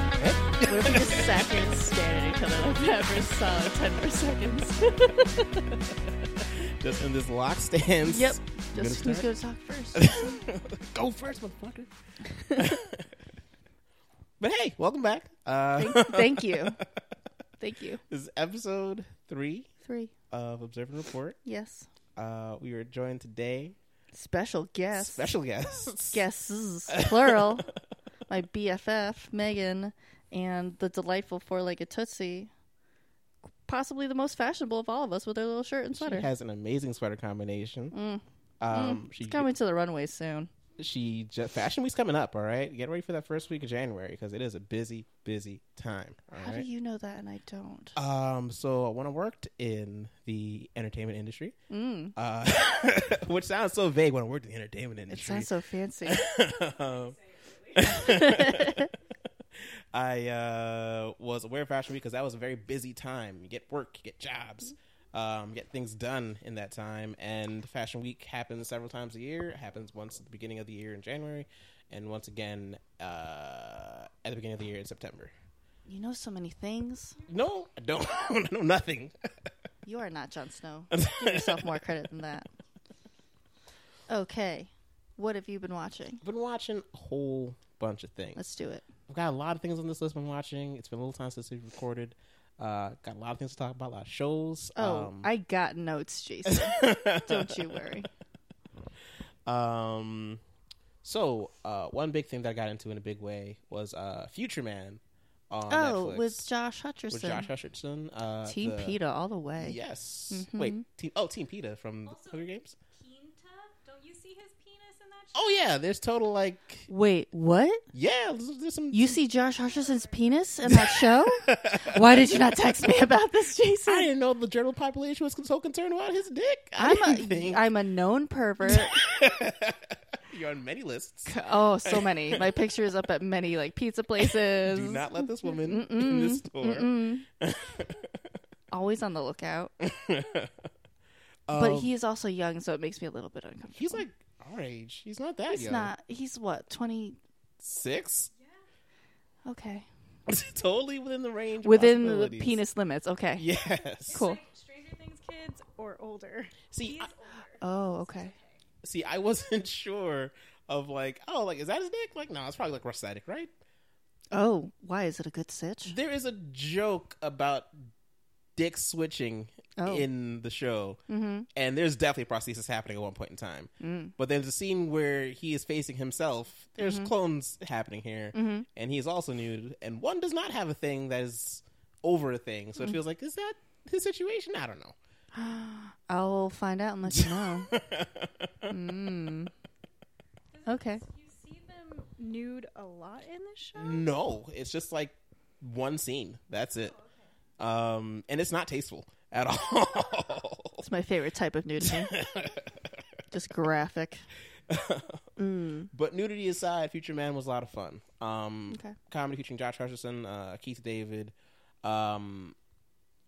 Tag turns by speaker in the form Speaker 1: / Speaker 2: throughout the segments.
Speaker 1: What if we just sat here and stared at each other like that for a solid 10 more seconds?
Speaker 2: Just in this lock stance.
Speaker 1: yep.
Speaker 2: You
Speaker 1: Just
Speaker 2: gonna
Speaker 1: who's going to talk first?
Speaker 2: Go first, motherfucker. but hey, welcome back. Uh,
Speaker 1: thank, thank you. Thank you.
Speaker 2: this is episode three
Speaker 1: Three.
Speaker 2: of Observe and Report.
Speaker 1: Yes.
Speaker 2: Uh, we are joined today,
Speaker 1: Special guest.
Speaker 2: special guests.
Speaker 1: Guests. Plural. My BFF, Megan, and the delightful four legged Tootsie. Possibly the most fashionable of all of us with her little shirt and
Speaker 2: She
Speaker 1: sweater. Mm.
Speaker 2: has an amazing sweater combination. Um, She
Speaker 1: It's coming to the runway soon.
Speaker 2: she ju- fashion week's coming up. All right, get ready for that first week of January because it is a busy, busy time. All
Speaker 1: How
Speaker 2: right.
Speaker 1: do you know that and I don't?
Speaker 2: Um, so when I worked in the entertainment industry, uh, which sounds so vague when I worked in the entertainment
Speaker 1: Mm. It
Speaker 2: industry,
Speaker 1: sounds so fancy.
Speaker 2: um, I uh, was aware of Fashion Week because that was a very busy time. You get work, you get jobs, um, get things done in that time. And Fashion Week happens several times a year. It happens once at the beginning of the year in January, and once again uh, at the beginning of the year in September.
Speaker 1: you know so many things.
Speaker 2: No, I don't. I know nothing.
Speaker 1: You are not Jon Snow. Give yourself more credit than that. Okay. What have you been watching?
Speaker 2: I've been watching a whole bunch of things.
Speaker 1: Let's do it.
Speaker 2: I've got a lot of things on this list I'm watching. It's been a little time since we've recorded. Uh, got a lot of things to talk about, a lot of shows.
Speaker 1: Oh,
Speaker 2: um,
Speaker 1: I got notes, Jason. Don't you worry.
Speaker 2: Um, so uh, one big thing that I got into in a big way was uh, Future Man
Speaker 1: Oh,
Speaker 2: on Netflix
Speaker 1: with Josh Hutcherson.
Speaker 2: with Josh Hutcherson, uh,
Speaker 1: Team Mm-hmm.
Speaker 2: the-
Speaker 1: PETA all the way.
Speaker 2: Yes. Wait. Team, oh, Team Peta from the
Speaker 3: Also-
Speaker 2: Hunger Games.
Speaker 3: Pinta? Don't you see his penis in that?
Speaker 2: Oh yeah, there's total like
Speaker 1: Wait, what?
Speaker 2: yeah. There's, there's some.
Speaker 1: You see Josh Hutcherson's penis in that show? Why did you not text me about this, Jason?
Speaker 2: I didn't know the general population was so concerned about his dick. I
Speaker 1: I'm
Speaker 2: didn't think-
Speaker 1: a, I'm a known pervert.
Speaker 2: You're on many lists.
Speaker 1: Oh, so many. My picture is up at many like pizza places.
Speaker 2: Do not let this woman in this store.
Speaker 1: Always on the lookout.
Speaker 2: Um,
Speaker 1: But he is also young, so it makes me a little bit uncomfortable.
Speaker 2: he's like our age. He's not that
Speaker 1: he's
Speaker 2: young.
Speaker 1: not. He's what twenty?
Speaker 2: six.
Speaker 1: Okay,
Speaker 2: totally within the range. of
Speaker 1: within the
Speaker 2: possibilities.
Speaker 1: penis limits. Okay.
Speaker 2: Yes.
Speaker 1: Cool.
Speaker 3: Like Stranger Things kids or older?
Speaker 2: See,
Speaker 3: He's
Speaker 2: I,
Speaker 3: older.
Speaker 1: Oh, okay.
Speaker 2: see, I wasn't sure of like, oh, like is that his dick? Like, no, it's probably like prosthetic, right?
Speaker 1: Oh, why is it a good sitch?
Speaker 2: There is a joke about dick switching
Speaker 1: Oh.
Speaker 2: in the show, and there's definitely prosthesis happening at one point in time. But there's a scene where he is facing himself. There's clones happening here, and he's also nude, and one does not have a thing that is over a thing, so it feels like is that his situation? I don't know.
Speaker 1: I'll find out and let you know. mm. Okay.
Speaker 3: You see them nude a lot in this show?
Speaker 2: No, it's just like one scene. That's it. Um, and it's not tasteful at all.
Speaker 1: It's my favorite type of nudity. Just graphic.
Speaker 2: but nudity aside, Future Man was a lot of fun. Um,
Speaker 1: Okay.
Speaker 2: comedy featuring Josh Hutcherson, uh, Keith David. Um,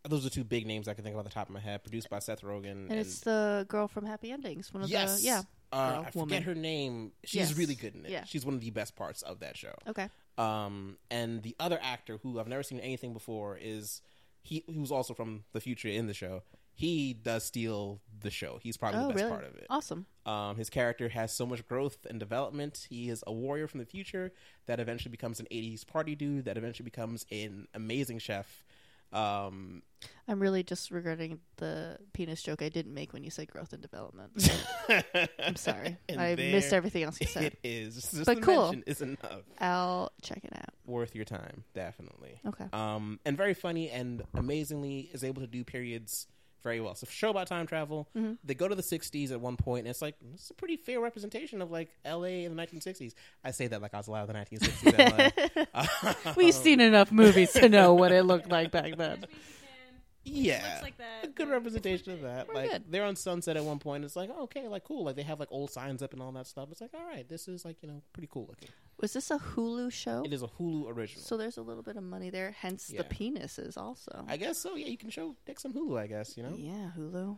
Speaker 2: those are two big names I can think of off the top of my head. Produced by Seth Rogen,
Speaker 1: And it's the girl from Happy Endings. One of
Speaker 2: yes,
Speaker 1: the yeah.
Speaker 2: uh,
Speaker 1: girl,
Speaker 2: I forget
Speaker 1: woman.
Speaker 2: her name. She's
Speaker 1: Yes.
Speaker 2: really good in it.
Speaker 1: Yeah.
Speaker 2: She's one of the best parts of that show.
Speaker 1: Okay.
Speaker 2: um, and the other actor who I've never seen anything before is he who's also from the future in the show. He does steal the show. He's probably
Speaker 1: Oh,
Speaker 2: the best
Speaker 1: really?
Speaker 2: part of it.
Speaker 1: Awesome.
Speaker 2: Um, his character has so much growth and development. He is a warrior from the future that eventually becomes an '80s party dude. That eventually becomes an amazing chef. Um,
Speaker 1: I'm really just regretting the penis joke I didn't make when you said growth and development. I'm sorry.
Speaker 2: And
Speaker 1: I missed
Speaker 2: there
Speaker 1: everything else you said.
Speaker 2: It is, just
Speaker 1: But
Speaker 2: the
Speaker 1: cool.
Speaker 2: mention is enough.
Speaker 1: I'll check it out.
Speaker 2: Worth your time, definitely.
Speaker 1: Okay.
Speaker 2: um, and very funny and amazingly is able to do periods very well. So show about time travel,
Speaker 1: Mm-hmm.
Speaker 2: they go to the '60s at one point, and it's like this is a pretty fair representation of like L.A. in the 1960s. I say that like I was allowed the 1960s. LA.
Speaker 1: We've seen enough movies to know what it looked like back then.
Speaker 3: Mexican.
Speaker 2: yeah,
Speaker 3: Looks like that.
Speaker 2: a good representation of that.
Speaker 1: We're
Speaker 2: like
Speaker 1: good.
Speaker 2: they're on Sunset at one point. It's like okay, like cool. Like they have like old signs up and all that stuff. It's like all right, this is like you know pretty cool looking.
Speaker 1: Was this a Hulu show?
Speaker 2: It is a Hulu original.
Speaker 1: So there's a little bit of money there, hence
Speaker 2: Yeah.
Speaker 1: the penises also.
Speaker 2: I guess so. Yeah, you can show Dick some Hulu. I guess you know.
Speaker 1: Yeah, Hulu.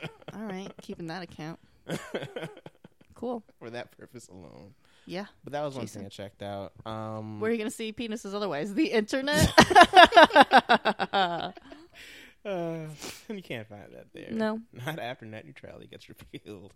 Speaker 1: All right, keeping that account. Cool.
Speaker 2: for that purpose alone.
Speaker 1: Yeah.
Speaker 2: But that was one
Speaker 1: Jason.
Speaker 2: thing I checked out. Um,
Speaker 1: Where are you going to see penises otherwise? The internet?
Speaker 2: uh, you can't find that there.
Speaker 1: No.
Speaker 2: Not after net neutrality gets repealed.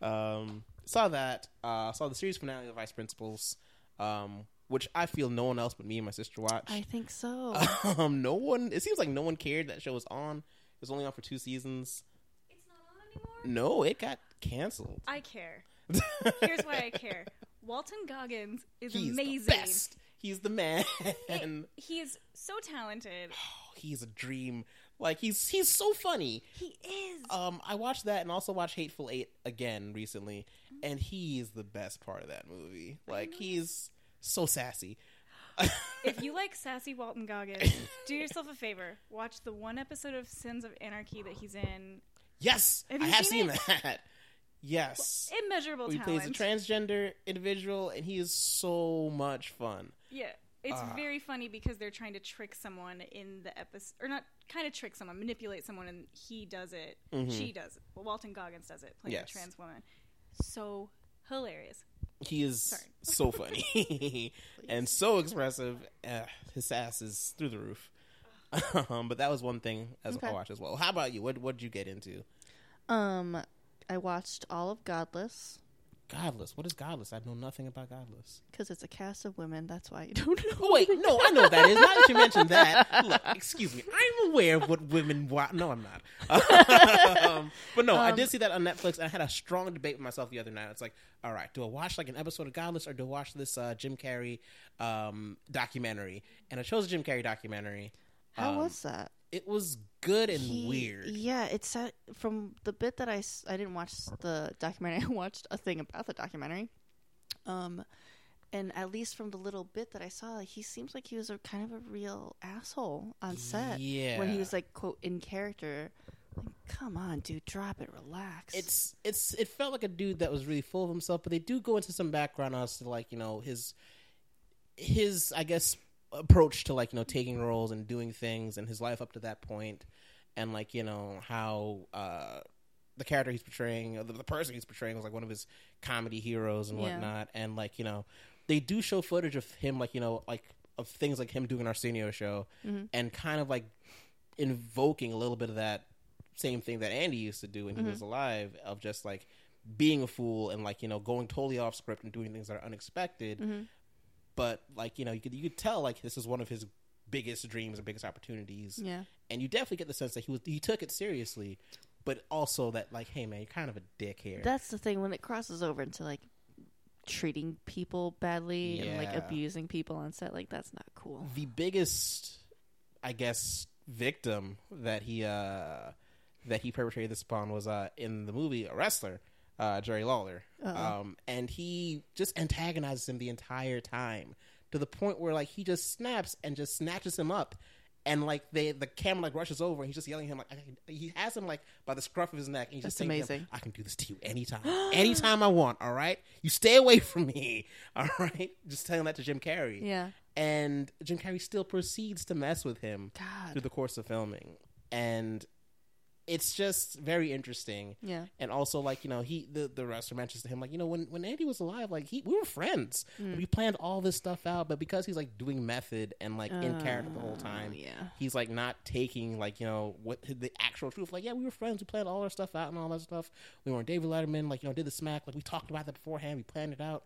Speaker 2: Um, saw that. Uh, saw the series finale of Vice Principals, um, which I feel no one else but me and my sister watched.
Speaker 1: I think so.
Speaker 2: um, no one. It seems like no one cared that show was on. It was only on for two seasons.
Speaker 3: It's not on anymore?
Speaker 2: No, it got canceled.
Speaker 3: I care. Here's why I care. Walton Goggins is
Speaker 2: He's
Speaker 3: amazing.
Speaker 2: the best. He's the man.
Speaker 3: He is so talented.
Speaker 2: Oh, he's a dream. Like he's he's so funny.
Speaker 3: He is.
Speaker 2: Um, I watched that and also watched Hateful Eight again recently, and he is the best part of that movie. Like he's so sassy.
Speaker 3: if you like sassy Walton Goggins, do yourself a favor. Watch the one episode of Sins of Anarchy that he's in.
Speaker 2: Yes,
Speaker 3: Have
Speaker 2: I
Speaker 3: you
Speaker 2: have
Speaker 3: seen
Speaker 2: seen, that. Yes,
Speaker 3: Immeasurable
Speaker 2: he
Speaker 3: talent.
Speaker 2: plays a transgender individual, and he is so much fun.
Speaker 3: yeah. It's
Speaker 2: Ah.
Speaker 3: very funny because they're trying to trick someone in the episode, or not kind of trick someone, manipulate someone, and he does it.
Speaker 2: Mhm.
Speaker 3: She does it. Well, Walton Goggins does it, playing
Speaker 2: Yes.
Speaker 3: a trans woman. So hilarious.
Speaker 2: He is
Speaker 3: Sorry.
Speaker 2: so funny and so expressive. Uh, his sass is through the roof. um, but that was one thing as
Speaker 1: Okay.
Speaker 2: I watched as well. How about you? What what did you get into?
Speaker 1: Um, I watched all of Godless
Speaker 2: Godless. What is Godless? I know nothing about Godless.
Speaker 1: because it's a cast of women. That's why you don't know.
Speaker 2: Wait, no, I know what that is. Now that you mentioned that, look, excuse me, I'm aware of what women watch. No, I'm not. um, but no, I did see that on Netflix, and I had a strong debate with myself the other night. It's like, all right, do I watch like an episode of Godless, or do I watch this uh, Jim Carrey um, documentary? And I chose the Jim Carrey documentary.
Speaker 1: How
Speaker 2: Um,
Speaker 1: was that?
Speaker 2: It was good and
Speaker 1: He-
Speaker 2: weird.
Speaker 1: Yeah, it's uh, from the bit that I s- I didn't watch the documentary. I watched a thing about the documentary. Um, and at least from the little bit that I saw, like, he seems like he was a kind of a real asshole on set when
Speaker 2: Yeah.
Speaker 1: he was like quote in character. Like, come on, dude, drop it, relax.
Speaker 2: it's it's it felt like a dude that was really full of himself, but they do go into some background as to like you know his his I guess approach to like you know taking roles and doing things and his life up to that point, and like you know how uh, the character he's portraying, or the, the person he's portraying, was like one of his comedy heroes and
Speaker 1: Yeah.
Speaker 2: whatnot, and like you know they do show footage of him like you know like of things like him doing an Arsenio show
Speaker 1: Mhm.
Speaker 2: and kind of like invoking a little bit of that same thing that Andy used to do when he was alive of just like being a fool and like you know going totally off script and doing things that are unexpected
Speaker 1: Mhm.
Speaker 2: but like you know you could you could tell like this is one of his biggest dreams and biggest opportunities
Speaker 1: yeah,
Speaker 2: and you definitely get the sense that he was he took it seriously but also that like hey man you're kind of a dick here
Speaker 1: that's the thing when it crosses over into like treating people badly and like
Speaker 2: Yeah.
Speaker 1: abusing people on set. Like that's not cool.
Speaker 2: the biggest i guess victim that he uh that he perpetrated this upon was uh in the movie a wrestler uh jerry lawler um and he just antagonizes him the entire time to the point where like he just snaps and just snatches him up and like they the camera like rushes over and he's just yelling at him like I can, he has him like by the scruff of his neck and he's just
Speaker 1: That's
Speaker 2: saying to him,
Speaker 1: amazing.
Speaker 2: I can do this to you anytime. anytime I want, all right? You stay away from me. All right? Just telling that to Jim Carrey
Speaker 1: Yeah,
Speaker 2: and Jim Carrey still proceeds to mess with him
Speaker 1: God.
Speaker 2: through the course of filming, and it's just very interesting.
Speaker 1: Yeah.
Speaker 2: And also, like you know, he the the wrestler mentions to him like you know when when Andy was alive, like he we were friends, we planned all this stuff out, but because he's like doing method and like in character the whole time,
Speaker 1: Uh, yeah.
Speaker 2: he's like not taking like you know what the actual truth. Like yeah, we were friends, we planned all our stuff out and all that stuff. We were on David Letterman, like you know, did the smack, like we talked about that beforehand, we planned it out.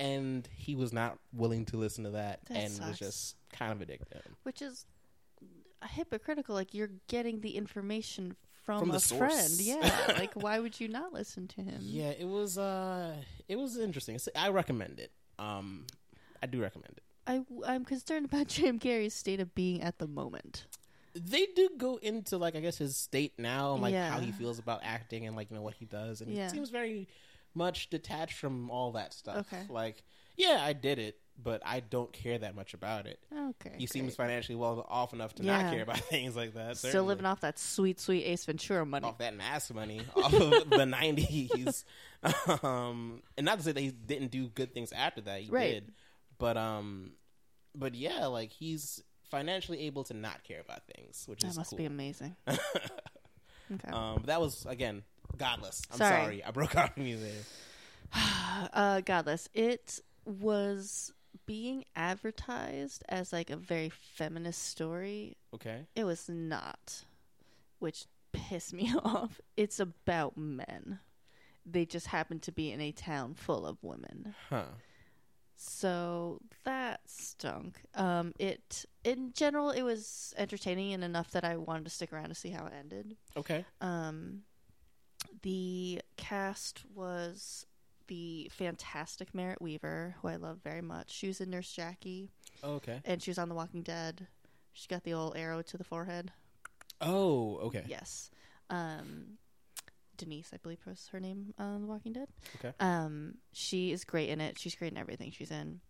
Speaker 2: And he was not willing to listen to that,
Speaker 1: That
Speaker 2: and
Speaker 1: sucks.
Speaker 2: was just kind of addicted.
Speaker 1: which is hypocritical. Like you're getting the information from,
Speaker 2: From the
Speaker 1: a
Speaker 2: source.
Speaker 1: friend. Yeah. like why would you not listen to him?
Speaker 2: Yeah, it was uh it was interesting. It's- I recommend it. Um I do recommend it.
Speaker 1: I am concerned about Jim Carrey's state of being at the moment.
Speaker 2: They do go into like I guess his state now and like how
Speaker 1: Yeah.
Speaker 2: he feels about acting and like you know what he does and
Speaker 1: Yeah.
Speaker 2: he seems very much detached from all that stuff.
Speaker 1: Okay.
Speaker 2: Like yeah, I did it, but I don't care that much about it.
Speaker 1: Okay.
Speaker 2: He seems
Speaker 1: great.
Speaker 2: financially well off enough to
Speaker 1: Yeah.
Speaker 2: not care about things like that.
Speaker 1: still
Speaker 2: certainly. Oh,
Speaker 1: living off that sweet, sweet Ace Ventura money.
Speaker 2: off that mass money off of the nineties. Um, and not to say that he didn't do good things after that, he
Speaker 1: Right.
Speaker 2: did. But um, but yeah, like he's financially able to not care about things, which is
Speaker 1: that must
Speaker 2: cool.
Speaker 1: be amazing. Okay.
Speaker 2: um, but that was again godless. I'm
Speaker 1: Sorry.
Speaker 2: sorry, I broke out on you there.
Speaker 1: uh, Godless. It was being advertised as like a very feminist story.
Speaker 2: Okay.
Speaker 1: It was not, which pissed me off. It's about men. They just happen to be in a town full of women.
Speaker 2: Huh.
Speaker 1: So that stunk. Um, it in general it was entertaining and enough that I wanted to stick around to see how it ended.
Speaker 2: Okay.
Speaker 1: Um, the cast was the fantastic Merritt Weaver, who I love very much. She was in Nurse Jackie,
Speaker 2: Okay.
Speaker 1: and she was on The Walking Dead. She got the old arrow to the forehead.
Speaker 2: Oh, okay.
Speaker 1: Yes. Um, Denise, I believe was her name on The Walking Dead.
Speaker 2: Okay.
Speaker 1: Um, she is great in it. She's great in everything she's in.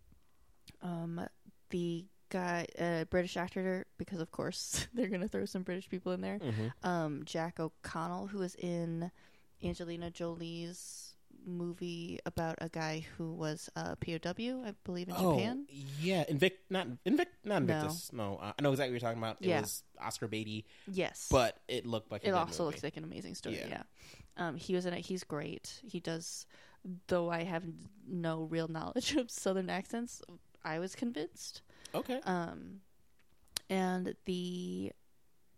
Speaker 1: Um, the guy, uh, British actor, because of course they're gonna throw some British people in there.
Speaker 2: Mhm.
Speaker 1: Um, Jack O'Connell, who was in Angelina Jolie's movie about a guy who was uh, a POW, I believe, in Japan.
Speaker 2: Oh, yeah. Invict, not Invict, not
Speaker 1: No.
Speaker 2: Invictus. No, uh, I know exactly what you're talking about. It
Speaker 1: Yeah.
Speaker 2: was Oscar Beatty,
Speaker 1: Yes,
Speaker 2: but it looked like a
Speaker 1: it
Speaker 2: good
Speaker 1: also
Speaker 2: movie.
Speaker 1: looks like an amazing story.
Speaker 2: Yeah.
Speaker 1: Yeah. Um, he was in it. He's great. He does, though I have no real knowledge of Southern accents. I was convinced.
Speaker 2: okay.
Speaker 1: Um, and the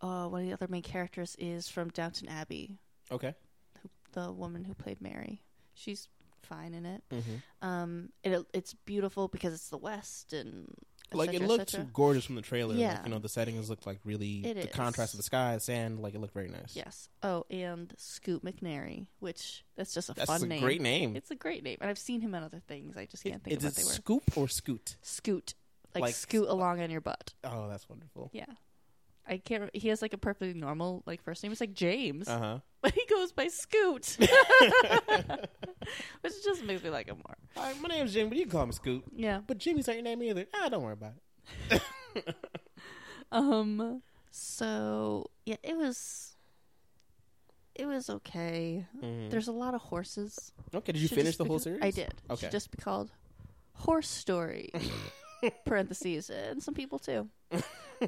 Speaker 1: uh, one of the other main characters is from Downton Abbey,
Speaker 2: Okay.
Speaker 1: the woman who played Mary. She's fine in it.
Speaker 2: Mm-hmm.
Speaker 1: Um, it, it's beautiful because it's the West and et
Speaker 2: like
Speaker 1: cetera,
Speaker 2: it
Speaker 1: et
Speaker 2: looked
Speaker 1: cetera.
Speaker 2: gorgeous from the trailer. Like,
Speaker 1: Yeah.
Speaker 2: you know, the settings looked like really
Speaker 1: It
Speaker 2: the
Speaker 1: is.
Speaker 2: contrast of the sky, sand. Like it looked very nice.
Speaker 1: Yes. Oh, and Scoot McNairy, which that's just a
Speaker 2: that's
Speaker 1: fun
Speaker 2: a
Speaker 1: name.
Speaker 2: great name.
Speaker 1: It's a great name, and I've seen him in other things. I just
Speaker 2: Mm. It-
Speaker 1: can't think
Speaker 2: is
Speaker 1: of what
Speaker 2: it
Speaker 1: they were.
Speaker 2: Scoop or Scoot?
Speaker 1: Scoot, like,
Speaker 2: Like-
Speaker 1: scoot along on your butt.
Speaker 2: Oh, that's wonderful.
Speaker 1: Yeah, I can't. He has like a perfectly normal like first name. It's like James,
Speaker 2: Uh huh.
Speaker 1: but he goes by Scoot, which just makes me like him more.
Speaker 2: Hi, my name's Jimmy, but you can call me Scoot.
Speaker 1: Yeah.
Speaker 2: But Jimmy's not your name either. Ah, don't worry about it.
Speaker 1: Um. So yeah, it was. It was okay.
Speaker 2: Mm-hmm.
Speaker 1: There's a lot of horses.
Speaker 2: Okay, did you
Speaker 1: Should
Speaker 2: finish
Speaker 1: just
Speaker 2: the
Speaker 1: be
Speaker 2: whole
Speaker 1: ca-
Speaker 2: series?
Speaker 1: I did. Okay.
Speaker 2: Okay.
Speaker 1: Should just be called Horse Story. parentheses and some people too.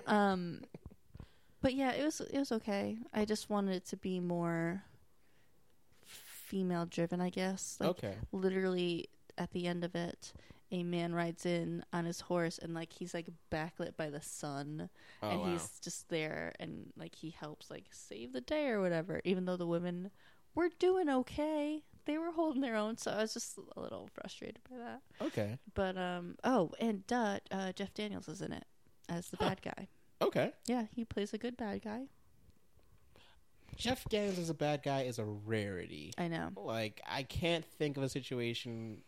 Speaker 1: um but yeah, it was it was okay. I just wanted it to be more female driven, I guess. Like
Speaker 2: okay.
Speaker 1: literally at the end of it, a man rides in on his horse and like he's like backlit by the sun
Speaker 2: Oh,
Speaker 1: and
Speaker 2: wow.
Speaker 1: he's just there and like he helps like save the day or whatever even though the women were doing okay they were holding their own so i was just a little frustrated by that
Speaker 2: Okay.
Speaker 1: but um oh and duh, uh jeff daniels is in it as the bad guy
Speaker 2: Okay.
Speaker 1: yeah he plays a good bad guy
Speaker 2: Jeff Daniels as a bad guy is a rarity.
Speaker 1: i know
Speaker 2: Like I can't think of a situation.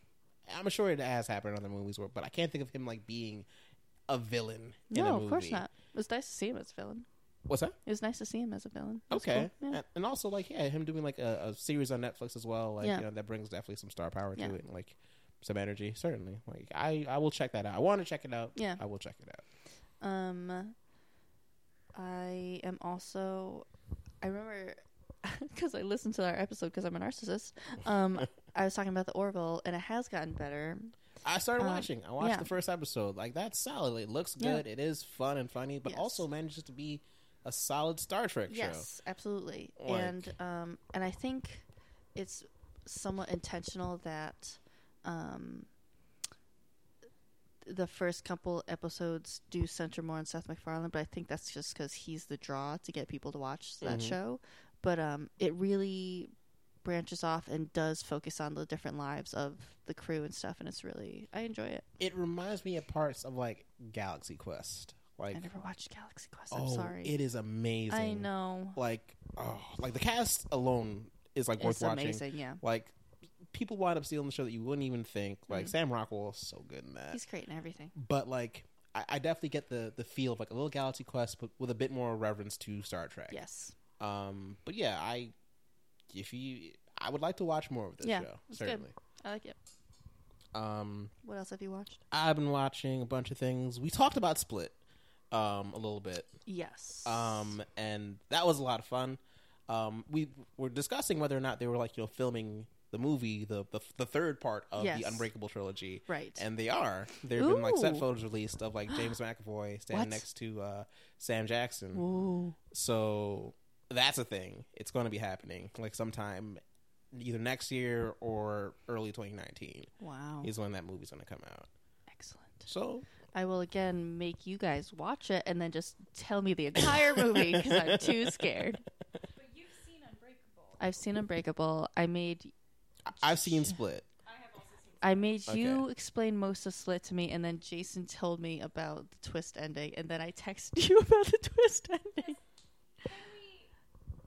Speaker 2: I'm sure it has happened in other movies, where, but I can't think of him like being a villain. In a
Speaker 1: no
Speaker 2: movie.
Speaker 1: of course not it was nice to see him as a villain
Speaker 2: What's that?
Speaker 1: it was nice to see him as a villain It was
Speaker 2: Okay, Uh,
Speaker 1: cool. yeah.
Speaker 2: and, and also like yeah, him doing like a, a series on Netflix as well. Like
Speaker 1: Yeah.
Speaker 2: you know that brings definitely some star power
Speaker 1: Yeah.
Speaker 2: to it, and like some energy. Certainly, like I I will check that out. I want to check it out.
Speaker 1: Yeah.
Speaker 2: I will check it out.
Speaker 1: Um, I am also. I remember because I listened to our episode because I'm a narcissist. Um, I was talking about the Orville, and it has gotten better.
Speaker 2: I started
Speaker 1: Um,
Speaker 2: watching. I watched
Speaker 1: yeah.
Speaker 2: the first episode. Like that's solid. It looks
Speaker 1: Yeah.
Speaker 2: good. It is fun and funny, but
Speaker 1: Yes.
Speaker 2: also manages to be a solid Star Trek show.
Speaker 1: Yes, absolutely.
Speaker 2: Like-
Speaker 1: and um, and I think it's somewhat intentional that um, the first couple episodes do center more on Seth MacFarlane, but I think that's just because he's the draw to get people to watch that
Speaker 2: Mhm.
Speaker 1: show. But um, it really branches off and does focus on the different lives of the crew and stuff, and it's really I enjoy it.
Speaker 2: It reminds me of parts of like Galaxy Quest. Like
Speaker 1: I never watched Galaxy Quest.
Speaker 2: oh,
Speaker 1: I'm sorry.
Speaker 2: it is amazing.
Speaker 1: I know.
Speaker 2: Like oh, like the cast alone is like worth
Speaker 1: It's
Speaker 2: watching.
Speaker 1: amazing. Yeah,
Speaker 2: Like people wind up stealing the show that you wouldn't even think. Like Sam Rockwell is so good in that.
Speaker 1: Mm-hmm. he's great in everything.
Speaker 2: but like I, I definitely get the the feel of like a little Galaxy Quest, but with a bit more reverence to Star Trek.
Speaker 1: Yes.
Speaker 2: Um, but yeah, I if you I would like to watch more of this
Speaker 1: Yeah,
Speaker 2: show
Speaker 1: it's good.
Speaker 2: certainly.
Speaker 1: I like it.
Speaker 2: Um,
Speaker 1: What else have you watched?
Speaker 2: I've been watching a bunch of things. We talked about Split um a little bit.
Speaker 1: Yes.
Speaker 2: Um, and that was a lot of fun. Um, we were discussing whether or not they were like you know filming the movie, the the, the third part of
Speaker 1: Yes.
Speaker 2: the Unbreakable trilogy,
Speaker 1: Right.
Speaker 2: And they are. There have been like set
Speaker 1: Ooh.
Speaker 2: photos released of like James McAvoy
Speaker 1: What?
Speaker 2: standing next to uh, Sam Jackson.
Speaker 1: Ooh.
Speaker 2: So that's a thing. It's going to be happening like sometime either next year or early 2019
Speaker 1: Wow.
Speaker 2: is when that movie's going to come out.
Speaker 1: Excellent.
Speaker 2: So
Speaker 1: I will again make you guys watch it and then just tell me the entire movie because I'm too scared.
Speaker 3: But you've seen Unbreakable.
Speaker 1: I've seen Unbreakable. I made
Speaker 2: I- I've seen Split.
Speaker 3: I have also seen.
Speaker 1: I made you
Speaker 2: Okay.
Speaker 1: explain most of Slit to me, and then Jason told me about the twist ending, and then I texted you about the twist ending.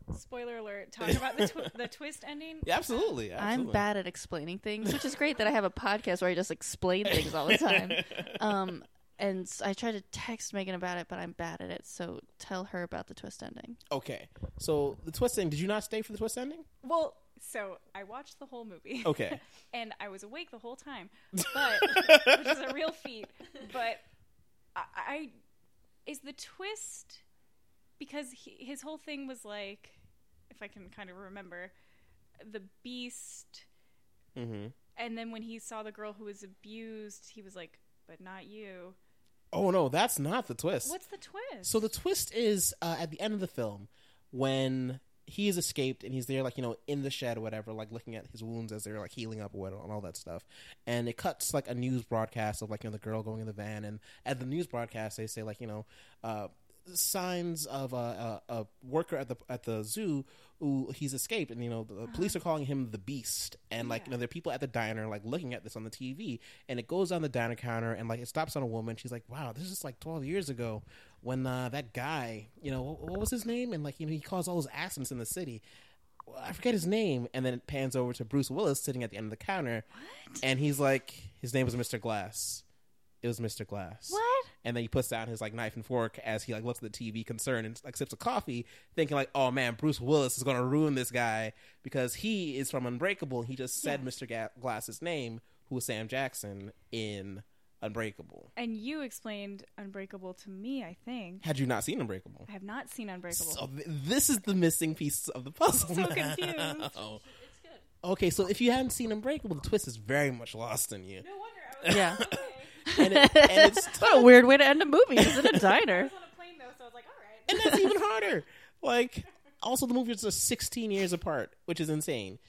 Speaker 3: Can we, spoiler alert, talk about the, tw- the twist ending?
Speaker 2: Yeah, absolutely.
Speaker 1: I'm
Speaker 2: absolutely.
Speaker 1: bad at explaining things, which is great that I have a podcast where I just explain things all the time. Um, and s- I tried to text Megan about it, but I'm bad at it. So tell her about the twist ending.
Speaker 2: Okay, so the twist ending. Did you not stay for the twist ending?
Speaker 3: Well, so I watched the whole movie.
Speaker 2: Okay.
Speaker 3: and I was awake the whole time, but which is a real feat. But I, I is the twist because he, his whole thing was like, if I can kind of remember, the beast,
Speaker 2: Mm-hmm.
Speaker 3: and then when he saw the girl who was abused, he was like, "But not you."
Speaker 2: Oh no, that's not the twist.
Speaker 3: What's the twist?
Speaker 2: So the twist is uh, at the end of the film when he has escaped and he's there, like you know, in the shed or whatever, like looking at his wounds as they're like healing up or whatever, and all that stuff. And it cuts like a news broadcast of like you know the girl going in the van, and at the news broadcast they say like you know. Uh, signs of a, a, a worker at the at the zoo who he's escaped and you know the the police are calling him the beast and like you know there are people at the diner like looking at this on the tv and it goes on the diner counter and like it stops on a woman she's like wow this is like 12 years ago when uh, that guy you know what, what was his name and like you know he caused all those accidents in the city well, I forget his name, and then it pans over to Bruce Willis sitting at the end of the counter, and he's like, his name was Mr. Glass. It was Mr. Glass.
Speaker 3: What?
Speaker 2: And then he puts down his like knife and fork as he like looks at the TV, concerned, and like sips a coffee, thinking like, oh man, Bruce Willis is gonna ruin this guy because he is from Unbreakable. He just said Mr. Ga- Glass's name, who was Sam Jackson in Unbreakable.
Speaker 3: and you explained Unbreakable to me. I think
Speaker 2: Had you not seen Unbreakable?
Speaker 3: I have not seen Unbreakable.
Speaker 2: So th- this is the missing piece of the puzzle.
Speaker 3: So
Speaker 2: now.
Speaker 3: confused.
Speaker 1: It's good.
Speaker 2: Okay, so if you haven't seen Unbreakable, the twist is very much lost in you.
Speaker 3: no wonder I was
Speaker 1: Yeah.
Speaker 3: okay.
Speaker 2: And, it, and it's
Speaker 1: What a weird way to end a movie. Is it a
Speaker 3: I
Speaker 1: diner?
Speaker 3: was on a plane though, so I was like, "All right."
Speaker 2: and that's even harder. Like, also the movies are 16 years apart, which is insane.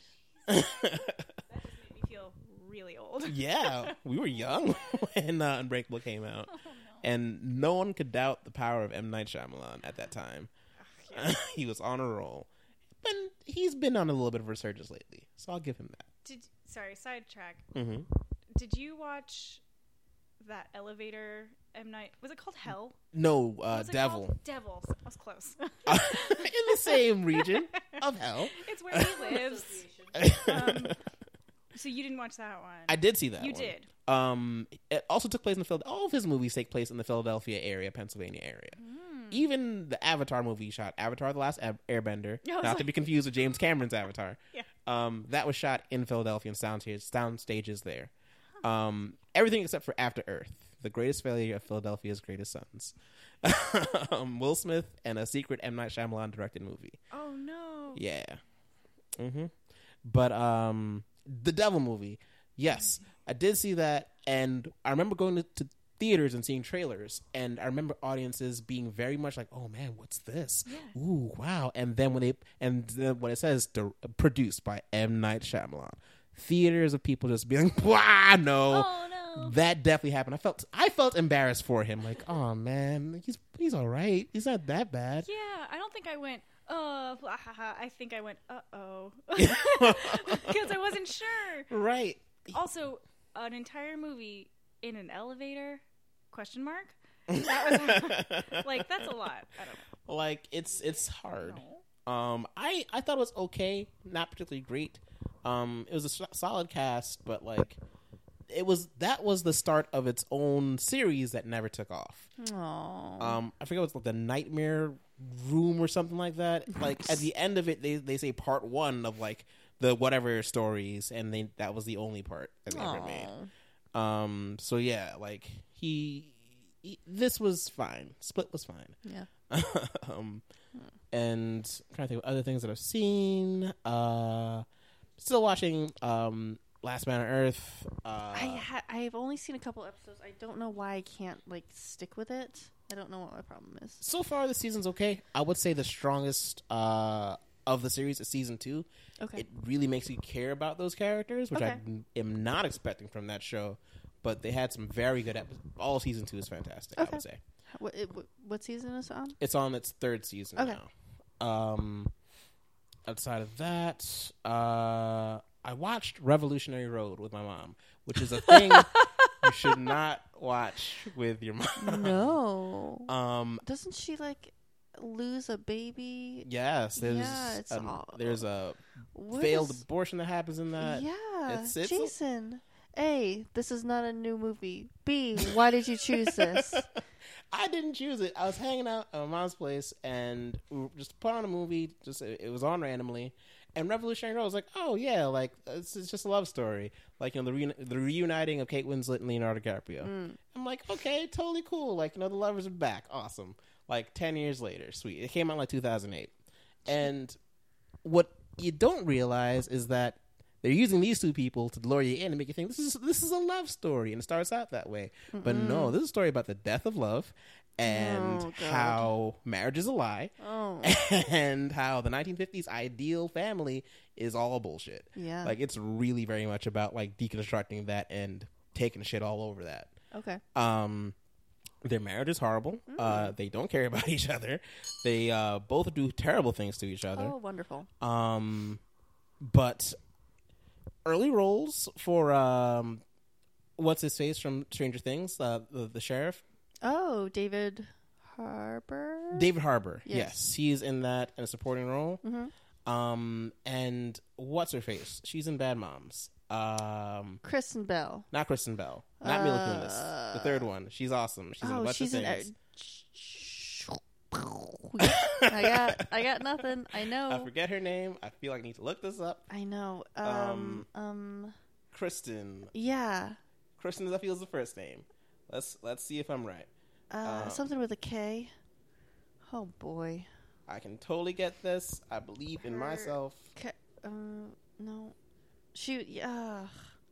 Speaker 3: That just made me feel really old.
Speaker 2: yeah, we were young when uh, Unbreakable came out,
Speaker 3: Oh,
Speaker 2: and no one could doubt the power of M Night Shyamalan at that time. he was on a roll, but he's been on a little bit of a resurgence lately, so I'll give him that.
Speaker 3: Did sorry, sidetrack.
Speaker 2: Mm-hmm.
Speaker 3: Did you watch that elevator M Night? Was it called Hell?
Speaker 2: No, uh,
Speaker 3: Was it
Speaker 2: Devil
Speaker 3: called? Devil. I was close.
Speaker 2: in the same region of hell.
Speaker 3: it's where he lives. Um, so you didn't watch that one.
Speaker 2: I did see that.
Speaker 3: You
Speaker 2: one.
Speaker 3: did.
Speaker 2: Um, it also took place in the Phil. All of his movies take place in the Philadelphia area, Pennsylvania area.
Speaker 3: Hmm.
Speaker 2: Even the Avatar movie he shot Avatar: The Last Ab- Airbender,
Speaker 3: Yeah, I
Speaker 2: not
Speaker 3: was
Speaker 2: to be confused with James Cameron's Avatar.
Speaker 3: Yeah.
Speaker 2: Um, that was shot in Philadelphia and sound stages, sound stages there. Um, everything except for After Earth, the greatest failure of Philadelphia's greatest sons. um, Will Smith and a secret M Night Shyamalan directed movie.
Speaker 3: Oh no.
Speaker 2: Yeah. hmm But um, the Devil movie, yes, I did see that, and I remember going to, to theaters and seeing trailers, and I remember audiences being very much like, "Oh man, what's this? Ooh, wow!" And then when they and then when it says di- produced by M Night Shyamalan, theaters of people just being, "Wow, no."
Speaker 3: Oh no.
Speaker 2: That definitely happened. I felt I felt embarrassed for him. Like, oh man, he's he's all right. He's not that bad.
Speaker 3: Yeah, I don't think I went. Oh, blah, ha, ha. I think I went. Uh oh, because I wasn't sure.
Speaker 2: Right.
Speaker 3: Also, an entire movie in an elevator? Question mark. That was like that's a lot. I don't know.
Speaker 2: like it's it's hard um i i thought it was okay not particularly great um it was a s- solid cast but like it was that was the start of its own series that never took off
Speaker 1: Aww.
Speaker 2: um i forget what's like the nightmare room or something like that like at the end of it they they say part one of like the whatever stories and they that was the only part that they ever made um so yeah like he, he this was fine split was fine
Speaker 1: Yeah.
Speaker 2: um, and I'm trying to think of other things that I've seen. Uh, still watching um, Last Man on Earth. Uh,
Speaker 1: I ha- I've only seen a couple episodes. I don't know why I can't like stick with it. I don't know what my problem is.
Speaker 2: so far, the season's okay. I would say the strongest uh, of the series is season two.
Speaker 1: Okay.
Speaker 2: It really makes you care about those characters, which I
Speaker 1: Okay.
Speaker 2: n- am not expecting from that show. But they had some very good episodes. All season two is fantastic. I
Speaker 1: Okay.
Speaker 2: would say
Speaker 1: what, it, what, what season is it on?
Speaker 2: it's on its third season
Speaker 1: Okay.
Speaker 2: now. Um, outside of that, uh, I watched Revolutionary Road with my mom, which is a thing you should not watch with your mom.
Speaker 1: No.
Speaker 2: Um,
Speaker 1: Doesn't she like lose a baby?
Speaker 2: yes, there's
Speaker 1: Yeah, it's
Speaker 2: an-
Speaker 1: all-
Speaker 2: there's a
Speaker 1: Where
Speaker 2: failed
Speaker 1: does-
Speaker 2: abortion that happens in that.
Speaker 1: yeah,
Speaker 2: it's- it's a-
Speaker 1: Jason. A, this is not a new movie. B, why did you choose this?
Speaker 2: I didn't choose it. I was hanging out at my mom's place and we were- just put on a movie. Just it, it was on randomly, and Revolutionary Road was like, oh yeah, like it's, it's just a love story, like you know the reuni- the reuniting of Kate Winslet and Leonardo DiCaprio.
Speaker 1: Mm.
Speaker 2: I'm like, okay, totally cool. Like you know the lovers are back, awesome. Like ten years later, sweet. It came out in, like 2008, and what you don't realize is that they're using these two people to lure you in and make you think this is this is a love story, and it starts out that way. But no, this is a story about the death of love and
Speaker 1: Oh, God.
Speaker 2: how marriage is a lie
Speaker 1: Oh,
Speaker 2: and how the 1950s ideal family is all bullshit.
Speaker 1: yeah.
Speaker 2: Like it's really very much about like deconstructing that and taking shit all over that.
Speaker 1: okay.
Speaker 2: Um, their marriage is horrible.
Speaker 1: Mm.
Speaker 2: Uh, they don't care about each other. They uh, both do terrible things to each other.
Speaker 1: Oh, wonderful.
Speaker 2: Um, but early roles for um, what's his face from Stranger Things, uh, the, the sheriff,
Speaker 1: Oh, David Harbour.
Speaker 2: David Harbour. Yes.
Speaker 1: Yes.
Speaker 2: he's in that in a supporting role.
Speaker 1: Mhm.
Speaker 2: Um, and what's her face? She's in Bad Moms. Um,
Speaker 1: Kristen Bell.
Speaker 2: not Kristen Bell, not Mila Kunis,
Speaker 1: Uh,
Speaker 2: the third one. She's awesome. She's in a
Speaker 1: oh,
Speaker 2: bunch
Speaker 1: she's
Speaker 2: of
Speaker 1: in.
Speaker 2: things.
Speaker 1: I got. I got nothing. I
Speaker 2: I
Speaker 1: know.
Speaker 2: forget her name. I feel like I need to look this up.
Speaker 1: I know. Um. Um.
Speaker 2: Kristen.
Speaker 1: Yeah.
Speaker 2: Kristen, I feel is the first name. Let's let's see if I'm right.
Speaker 1: Uh,
Speaker 2: Um,
Speaker 1: something with a K. Oh boy.
Speaker 2: I can totally get this. I believe in
Speaker 1: Her-
Speaker 2: myself.
Speaker 1: K- um. No. She. Yeah.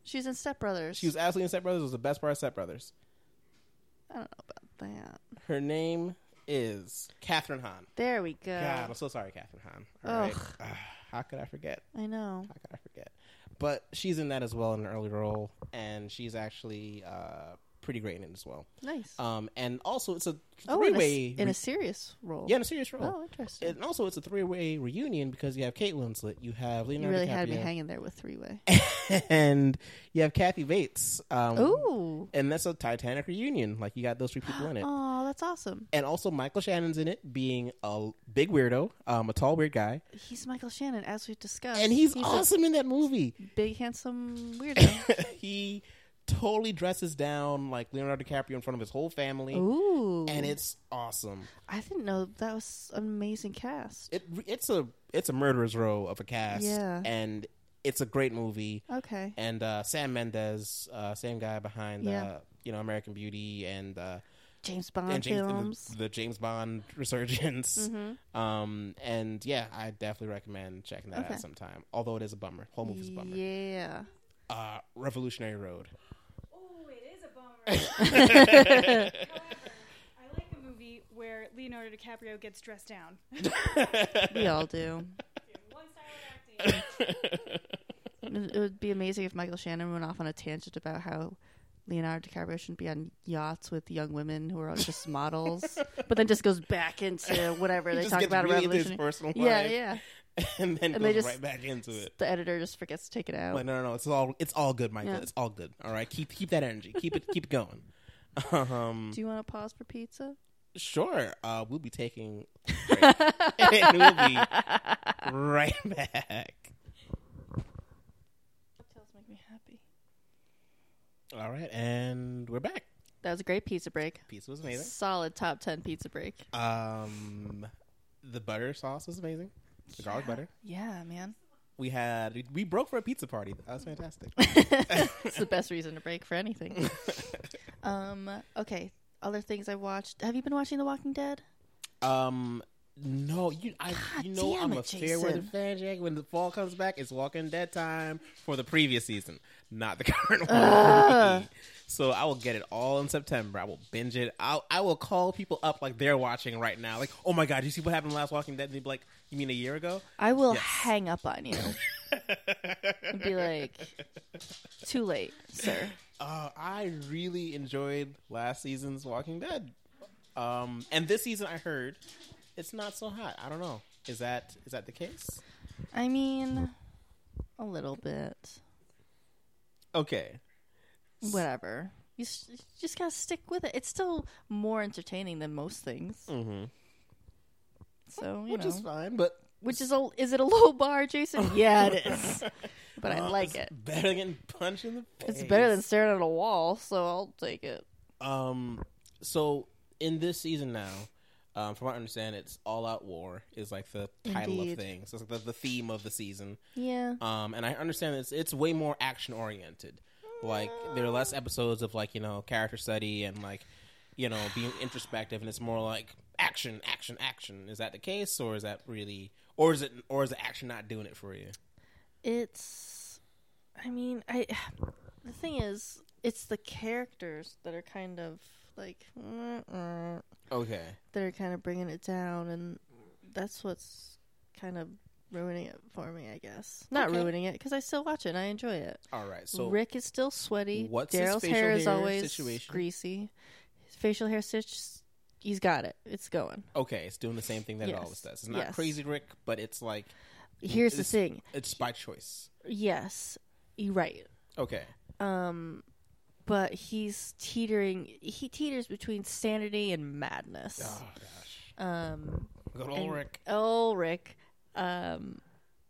Speaker 1: She's in Step Brothers.
Speaker 2: She was absolutely in Step Brothers. Was the best part of Step Brothers.
Speaker 1: I don't know about that.
Speaker 2: Her name is Catherine Hahn.
Speaker 1: There we go.
Speaker 2: God, I'm so sorry, Catherine Hahn. All right.
Speaker 1: Uh, Ugh.
Speaker 2: Ah, How could I forget?
Speaker 1: I know.
Speaker 2: How could I forget? But she's in that as well in an early role, and she's actually uh, pretty great in it as well.
Speaker 1: Nice.
Speaker 2: Um, and also, it's a
Speaker 1: oh, in a,
Speaker 2: three-way.
Speaker 1: s- in
Speaker 2: re-
Speaker 1: a serious role.
Speaker 2: yeah, in a serious role.
Speaker 1: Oh, interesting.
Speaker 2: And also, it's a three-way reunion because you have Kate Winslet, you have
Speaker 1: you
Speaker 2: Leonardo
Speaker 1: really
Speaker 2: DiCaprio,
Speaker 1: had me hanging there with three way.
Speaker 2: and you have Kathy Bates. Um,
Speaker 1: Ooh.
Speaker 2: and that's a Titanic reunion. Like you got those three people in it,
Speaker 1: Oh, that's awesome.
Speaker 2: and also Michael Shannon's in it, being a l- big weirdo, um, a tall weird guy,
Speaker 1: He's Michael Shannon, as we've discussed.
Speaker 2: and he's,
Speaker 1: a
Speaker 2: awesome in that movie.
Speaker 1: big, handsome weirdo.
Speaker 2: he totally dresses down like Leonardo DiCaprio in front of his whole family,
Speaker 1: Ooh.
Speaker 2: and it's awesome.
Speaker 1: I didn't know that was an amazing cast.
Speaker 2: It re- it's a it's a murderer's row of a cast,
Speaker 1: Yeah.
Speaker 2: and it's a great movie.
Speaker 1: okay.
Speaker 2: And uh, Sam Mendes, uh, same guy behind uh,
Speaker 1: Yeah.
Speaker 2: you know American Beauty and uh,
Speaker 1: James Bond
Speaker 2: and James,
Speaker 1: films.
Speaker 2: the, the James Bond resurgence.
Speaker 1: hmm
Speaker 2: Um, and yeah, I definitely recommend checking that
Speaker 1: Okay.
Speaker 2: out sometime. Although it is a bummer, whole movie's a bummer.
Speaker 1: Yeah.
Speaker 2: Uh, Revolutionary Road.
Speaker 3: Oh, it is a bummer.
Speaker 1: okay.
Speaker 3: However, I like a movie where Leonardo DiCaprio gets dressed down.
Speaker 1: We all do.
Speaker 3: One style of acting.
Speaker 1: It it would be amazing if Michael Shannon went off on a tangent about how Leonardo DiCaprio shouldn't be on yachts with young women who are just models, but then just goes back into whatever
Speaker 2: He
Speaker 1: they
Speaker 2: just
Speaker 1: talk
Speaker 2: gets
Speaker 1: about a
Speaker 2: really into his
Speaker 1: revolution.
Speaker 2: personal
Speaker 1: Yeah,
Speaker 2: life,
Speaker 1: yeah.
Speaker 2: and
Speaker 1: And
Speaker 2: then goes
Speaker 1: they just-
Speaker 2: right back into it.
Speaker 1: The editor just forgets to take it out.
Speaker 2: Like, no, no, no, it's all it's all good, Michael.
Speaker 1: Yeah.
Speaker 2: It's all good. All right, keep keep that energy. Keep it keep it going. Um,
Speaker 1: Do you want to pause for pizza?
Speaker 2: sure. Uh, we'll be taking a break. and we'll be right back.
Speaker 1: Cocktails make me happy.
Speaker 2: All right, and we're back.
Speaker 1: That was a great pizza break.
Speaker 2: Pizza was amazing.
Speaker 1: Solid top ten pizza break.
Speaker 2: Uh, Um, the butter sauce was amazing. The garlic butter.
Speaker 1: Yeah, man.
Speaker 2: We had we- we broke for a pizza party. That was fantastic.
Speaker 1: it's the best reason to break for anything. Um. Okay. Other things I watched. Have you been watching The Walking Dead?
Speaker 2: um, no, you I
Speaker 1: God
Speaker 2: you know
Speaker 1: damn
Speaker 2: I'm a
Speaker 1: it,
Speaker 2: fair weather
Speaker 1: Jason.
Speaker 2: fan, Jack. When the fall comes back, it's Walking Dead time for the previous season, not the current one.
Speaker 1: Ugh.
Speaker 2: So I will get it all in September. I will binge it. I'll, I will call people up like they're watching right now. Like, oh my god, you see what happened last Walking Dead? And they'd be like, you mean a year ago?
Speaker 1: I will
Speaker 2: Yes.
Speaker 1: hang up on you and be like, too late, sir.
Speaker 2: Uh, I really enjoyed last season's Walking Dead, um, and this season I heard it's not so hot. I don't know. Is that is that the case?
Speaker 1: I mean, a little bit.
Speaker 2: Okay.
Speaker 1: Whatever. You, s- you just gotta stick with it. It's still more entertaining than most things.
Speaker 2: Mm-hmm.
Speaker 1: So you
Speaker 2: Which
Speaker 1: know,
Speaker 2: is fine, but
Speaker 1: which is a is it a low bar, Jason? Yeah, it is. But I
Speaker 2: Uh,
Speaker 1: like
Speaker 2: it's
Speaker 1: it.
Speaker 2: Better than punch in the face.
Speaker 1: It's better than staring at a wall, so I'll take it.
Speaker 2: Um, so in this season now, um, from what I understand, it's all out war is like the title
Speaker 1: Indeed.
Speaker 2: of things. It's like the, the theme of the season.
Speaker 1: Yeah.
Speaker 2: Um, and I understand it's it's way more action oriented. Like there are less episodes of like you know character study and like you know being introspective, and it's more like action, action, action. Is that the case, or is that really, or is it, or is the action not doing it for you?
Speaker 1: It's I mean, I the thing is, it's the characters that are kind of like "Mm-mm,"
Speaker 2: Okay,
Speaker 1: that are kind of bringing it down and that's what's kind of ruining it for me, I guess. Not
Speaker 2: Okay.
Speaker 1: ruining it cuz I still watch it and I enjoy it.
Speaker 2: all right. So
Speaker 1: Rick is still sweaty.
Speaker 2: what's his
Speaker 1: Daryl's
Speaker 2: facial
Speaker 1: hair is
Speaker 2: hair
Speaker 1: always
Speaker 2: situation?
Speaker 1: greasy. His facial hair stitch he's got it. It's going.
Speaker 2: okay, it's doing the same thing that it
Speaker 1: Yes,
Speaker 2: always does. It's not
Speaker 1: yes.
Speaker 2: crazy Rick, but it's like
Speaker 1: Here's the
Speaker 2: It's-
Speaker 1: thing.
Speaker 2: it's by choice.
Speaker 1: Yes. You're right.
Speaker 2: Okay,
Speaker 1: um but he's teetering he teeters between sanity and madness
Speaker 2: oh gosh,
Speaker 1: um
Speaker 2: good old
Speaker 1: and-
Speaker 2: Rick.
Speaker 1: oh rick um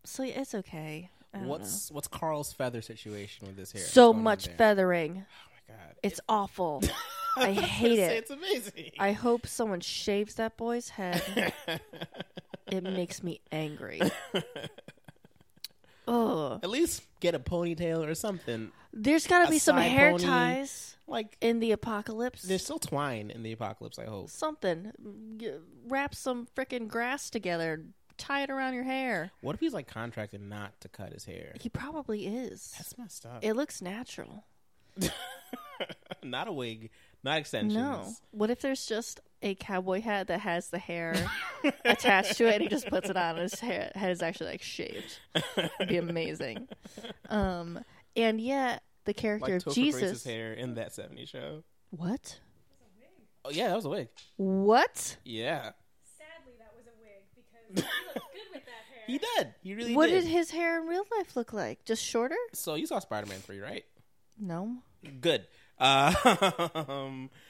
Speaker 1: so yeah, it's okay I don't know.
Speaker 2: What's what's Carl's feather situation with his hair?
Speaker 1: so
Speaker 2: What's going on
Speaker 1: much
Speaker 2: there?
Speaker 1: feathering
Speaker 2: Oh my god,
Speaker 1: it's awful i hate
Speaker 2: It's-
Speaker 1: it
Speaker 2: It's amazing.
Speaker 1: i hope someone shaves that boy's head it makes me angry oh
Speaker 2: At least get a ponytail or something.
Speaker 1: there's gotta
Speaker 2: A
Speaker 1: be some
Speaker 2: side
Speaker 1: hair
Speaker 2: pony.
Speaker 1: ties
Speaker 2: Like
Speaker 1: in the apocalypse
Speaker 2: there's still twine in the apocalypse. I hope.
Speaker 1: something. G- Wrap some frickin' grass together. Tie it around your hair.
Speaker 2: What if he's like contracted not to cut his hair?
Speaker 1: He probably is.
Speaker 2: That's messed up.
Speaker 1: It looks natural.
Speaker 2: not a wig, not extensions.
Speaker 1: No. What if there's just a cowboy hat that has the hair attached to it and he just puts it on and his hair, head is actually like shaved? It'd be amazing. Um, and yet, the
Speaker 2: like
Speaker 1: character
Speaker 2: Topher
Speaker 1: of
Speaker 2: Grace's
Speaker 1: Jesus.
Speaker 2: hair in that '70s show.
Speaker 1: What?
Speaker 2: Oh yeah, that was a wig.
Speaker 1: What?
Speaker 2: Yeah,
Speaker 3: Sadly, that was a wig because he looked good with that hair.
Speaker 2: he did. He really
Speaker 1: what
Speaker 2: did.
Speaker 1: did his hair in real life look like? Just shorter?
Speaker 2: so you saw Spider-Man three, right?
Speaker 1: No.
Speaker 2: Good. Uh,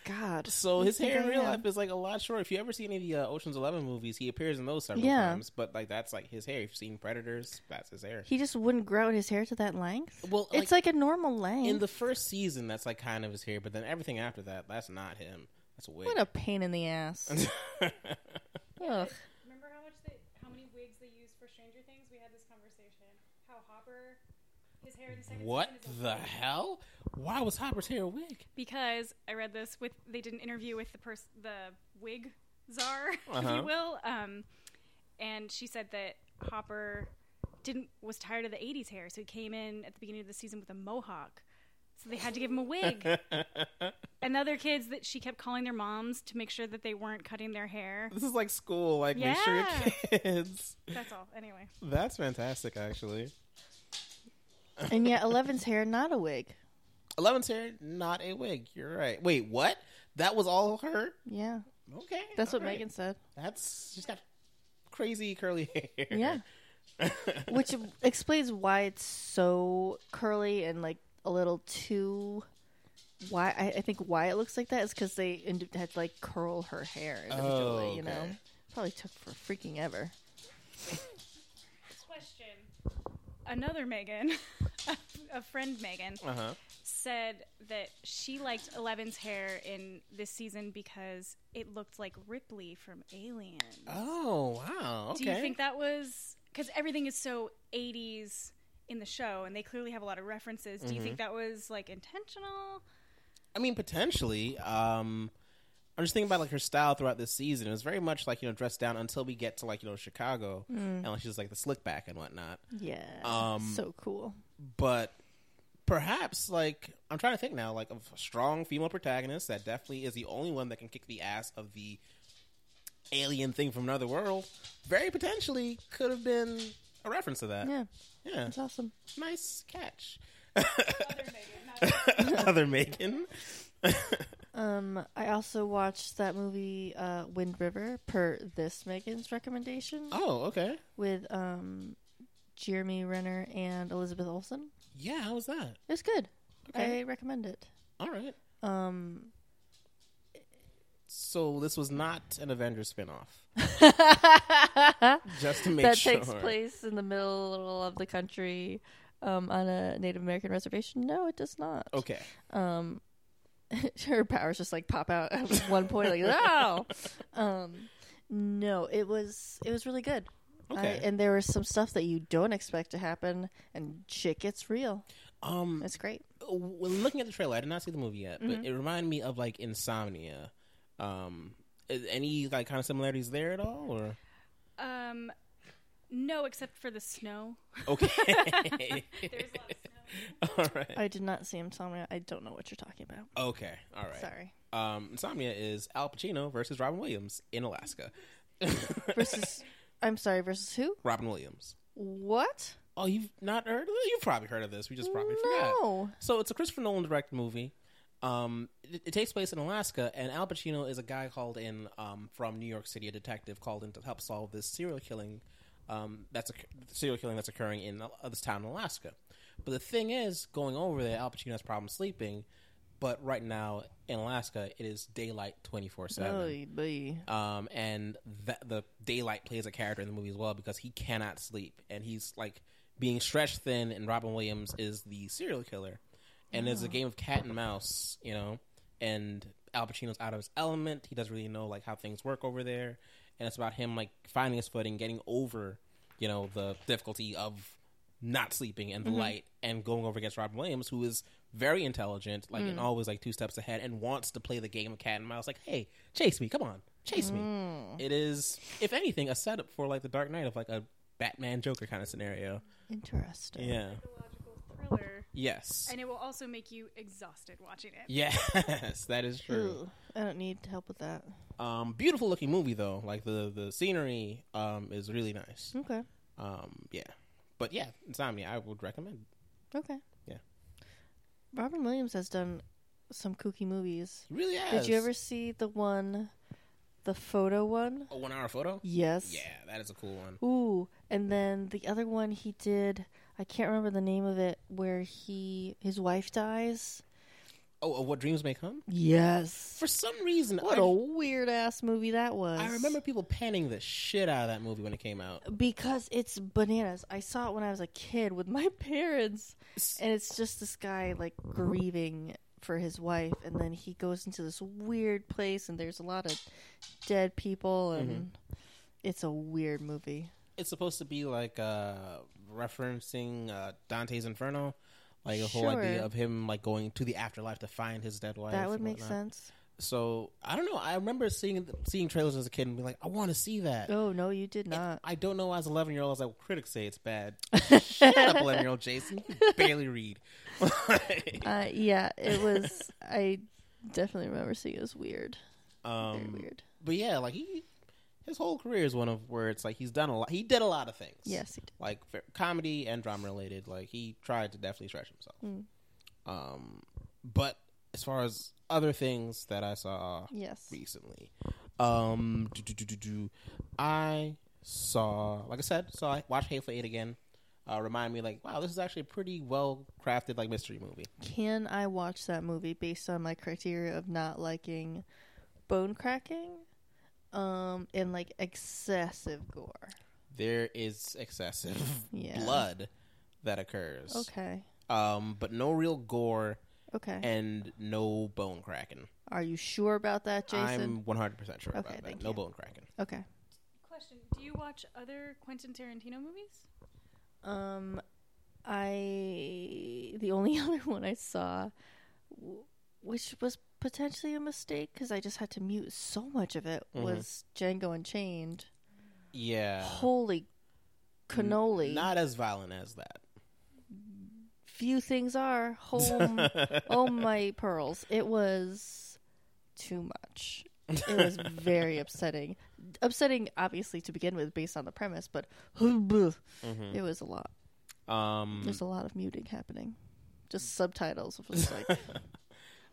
Speaker 1: God.
Speaker 2: So
Speaker 1: You
Speaker 2: his
Speaker 1: think
Speaker 2: hair in
Speaker 1: I
Speaker 2: real
Speaker 1: am?
Speaker 2: life is like a lot shorter. If you ever see any of the uh, Ocean's Eleven movies, he appears in those several
Speaker 1: Yeah.
Speaker 2: times. But like that's like his hair. If you've seen Predators, that's his hair.
Speaker 1: He just wouldn't grow out his hair to that length?
Speaker 2: Well,
Speaker 1: it's like a normal length.
Speaker 2: in the first season, that's like kind of his hair. But then everything after that, that's not him. That's a wig.
Speaker 1: what a pain in the ass. Ugh.
Speaker 3: Remember how much they, how many wigs they used for Stranger Things? We had this conversation. How Hopper, his hair in the second
Speaker 2: what
Speaker 3: season is a
Speaker 2: the
Speaker 3: wig.
Speaker 2: hell? Why was Hopper's hair a wig?
Speaker 3: because I read this with they did an interview with the person the wig czar, if
Speaker 2: Uh-huh.
Speaker 3: you will, um, and she said that Hopper didn't was tired of the '80s hair, so he came in at the beginning of the season with a mohawk. So they had to give him a wig. and the other kids that she kept calling their moms to make sure that they weren't cutting their hair.
Speaker 2: This is like school. Like make sure
Speaker 3: Yeah.
Speaker 2: your kids.
Speaker 3: That's all. Anyway,
Speaker 2: That's fantastic, actually.
Speaker 1: And yet, Eleven's hair not a wig.
Speaker 2: Eleven's hair, not a wig. You're right. Wait, what? That was all her.
Speaker 1: Yeah,
Speaker 2: Okay,
Speaker 1: that's what
Speaker 2: all right.
Speaker 1: Megan said.
Speaker 2: That's she's got crazy curly hair.
Speaker 1: Yeah, which explains why it's so curly and like a little too. Why I, I think why it looks like that is because they ind- had to, like curl her hair individually.
Speaker 2: Oh,
Speaker 1: You know,
Speaker 2: okay.
Speaker 1: probably took for freaking ever.
Speaker 3: question. Another Megan, a friend Megan,
Speaker 2: Uh huh.
Speaker 3: said that she liked Eleven's hair in this season because it looked like Ripley from Alien.
Speaker 2: Oh wow. Okay.
Speaker 3: Do you think that was because everything is so 80s in the show and they clearly have a lot of references? Do you think
Speaker 2: Mm-hmm.
Speaker 3: that was like intentional?
Speaker 2: I mean, potentially. Um, I'm just thinking about like her style throughout this season. It was very much like you know dressed down until we get to like you know Chicago,
Speaker 3: Hmm.
Speaker 2: Um, and like she's like the slick back and whatnot.
Speaker 1: Yeah,
Speaker 2: Um,
Speaker 1: so cool.
Speaker 2: But perhaps like I'm trying to think now, like of a strong female protagonist that definitely is the only one that can kick the ass of the alien thing from another world. Very potentially could have been a reference to that.
Speaker 1: Yeah,
Speaker 2: Yeah.
Speaker 1: that's awesome.
Speaker 2: nice catch.
Speaker 3: Other Megan, not-
Speaker 2: Other Megan.
Speaker 1: Um, I also watched that movie uh, Wind River per this Megan's recommendation
Speaker 2: oh, okay.
Speaker 1: with um, Jeremy Renner and Elizabeth Olsen.
Speaker 2: Yeah, how was that?
Speaker 1: It's good.
Speaker 2: Okay.
Speaker 1: I recommend it.
Speaker 2: All right.
Speaker 1: Um,
Speaker 2: So this was not an Avengers spinoff. Just to make
Speaker 1: that
Speaker 2: sure.
Speaker 1: takes place in the middle of the country um, on a Native American reservation. No, it does not.
Speaker 2: Okay.
Speaker 1: Um, her powers just like pop out at one point, like no. Um, no, it was it was really good. I-
Speaker 2: Okay.
Speaker 1: and there was some stuff that you don't expect to happen, and shit gets real.
Speaker 2: Um
Speaker 1: It's great.
Speaker 2: when looking at the trailer, I did not see the movie yet,
Speaker 1: Mm-hmm.
Speaker 2: but it reminded me of like Insomnia. Um, is- any like kind of similarities there at all? Or
Speaker 3: um, no, except for the snow.
Speaker 2: okay,
Speaker 3: There's a lot of snow.
Speaker 2: all right,
Speaker 1: I did not see Insomnia. I don't know what you're talking about.
Speaker 2: okay, all right.
Speaker 1: Sorry.
Speaker 2: Um, Insomnia is Al Pacino versus Robin Williams in Alaska.
Speaker 1: Versus, I'm sorry. Versus who?
Speaker 2: Robin Williams.
Speaker 1: What?
Speaker 2: Oh, you've not heard? You've probably heard of this. We just probably forgot.
Speaker 1: No.
Speaker 2: So it's a Christopher Nolan directed movie. Um, it, it takes place in Alaska, and Al Pacino is a guy called in um, from New York City, a detective called in to help solve this serial killing. Um, that's a serial killing that's occurring in uh, this town in Alaska. But the thing is, going over there, Al Pacino has problems sleeping. But right now in Alaska, it is daylight twenty four seven.
Speaker 1: Oy vey.
Speaker 2: Um, and that the daylight plays a character in the movie as well because he cannot sleep and he's like being stretched thin. And Robin Williams is the serial killer, and there's a game of cat and mouse, you know. And Al Pacino's out of his element. He doesn't really know like how things work over there, and it's about him like finding his footing, getting over, you know, the difficulty of not sleeping and the light and going over against Robin Williams, who is very intelligent, like and always like two steps ahead and wants to play the game of cat and mouse. Like, hey, chase me, come on, chase me. It is, if anything, a setup for like the Dark Knight of like a Batman Joker kind of scenario.
Speaker 1: Interesting.
Speaker 2: Yeah.
Speaker 3: Psychological thriller,
Speaker 2: Yes.
Speaker 3: and it will also make you exhausted watching it.
Speaker 2: Yes, that is true.
Speaker 1: Ooh, I don't need help with that.
Speaker 2: Um, beautiful looking movie though. Like the the scenery um is really nice.
Speaker 1: Okay.
Speaker 2: Um, yeah. But yeah, Insomnia, I would recommend.
Speaker 1: Okay.
Speaker 2: Yeah.
Speaker 1: Robin Williams has done some kooky movies.
Speaker 2: Really?
Speaker 1: Did you ever see the one, the photo one?
Speaker 2: a one hour photo?
Speaker 1: Yes.
Speaker 2: Yeah, that is a cool one.
Speaker 1: Ooh, and then the other one he did, I can't remember the name of it, where he his wife dies.
Speaker 2: Oh, uh, what dreams may come?
Speaker 1: Yes.
Speaker 2: For some reason,
Speaker 1: What
Speaker 2: I,
Speaker 1: a weird ass movie that was.
Speaker 2: I remember people panning the shit out of that movie when it came out.
Speaker 1: because it's bananas. I saw it when I was a kid with my parents, and it's just this guy like grieving for his wife, and then he goes into this weird place, and there's a lot of dead people,
Speaker 2: Mm-hmm.
Speaker 1: and it's a weird movie.
Speaker 2: It's supposed to be like uh, referencing uh, Dante's Inferno, like the whole
Speaker 1: Sure.
Speaker 2: idea of him like going to the afterlife to find his dead wife.
Speaker 1: that would
Speaker 2: and
Speaker 1: make
Speaker 2: whatnot.
Speaker 1: sense.
Speaker 2: So I don't know. I remember seeing seeing trailers as a kid and be like, I want to see that.
Speaker 1: Oh no, you did not.
Speaker 2: I don't know. As eleven year old, I was like, well, critics say it's bad. Shut up, eleven year old Jason. You can barely read.
Speaker 1: Uh, yeah, it was. I definitely remember seeing it was weird. Very
Speaker 2: um,
Speaker 1: weird.
Speaker 2: but yeah, like he, his whole career is one of where it's like he's done a lot. He did a lot of things.
Speaker 1: Yes, he did.
Speaker 2: like f- comedy and drama related. Like he tried to definitely stretch himself.
Speaker 1: Mm.
Speaker 2: Um, but as far as other things that I saw
Speaker 1: Yes.
Speaker 2: recently, um, do, do, do, do, do, I saw, like I said, saw I watched Hateful Eight again. Uh, remind me, like, wow, this is actually a pretty well crafted like mystery movie.
Speaker 1: Can I watch that movie based on my criteria of not liking bone cracking um and like excessive gore?
Speaker 2: There is excessive
Speaker 1: Yeah.
Speaker 2: blood that occurs.
Speaker 1: Okay.
Speaker 2: um, but no real gore
Speaker 1: Okay.
Speaker 2: and no bone cracking.
Speaker 1: Are you sure about that, Jason?
Speaker 2: I'm 100% sure
Speaker 1: Okay,
Speaker 2: about that.
Speaker 1: thank
Speaker 2: No
Speaker 1: you.
Speaker 2: bone cracking.
Speaker 1: Okay.
Speaker 3: Question: Do you watch other Quentin Tarantino movies?
Speaker 1: Um I the only other one I saw w- which was potentially a mistake cuz I just had to mute so much of it
Speaker 2: Mhm.
Speaker 1: was Django Unchained.
Speaker 2: Yeah.
Speaker 1: Holy cannoli.
Speaker 2: Not as violent as that.
Speaker 1: few things are. Home. oh my pearls. It was too much. It was very upsetting. Upsetting, obviously, to begin with, based on the premise, but it was a lot.
Speaker 2: Um,
Speaker 1: There's a lot of muting happening. Just subtitles. It was like,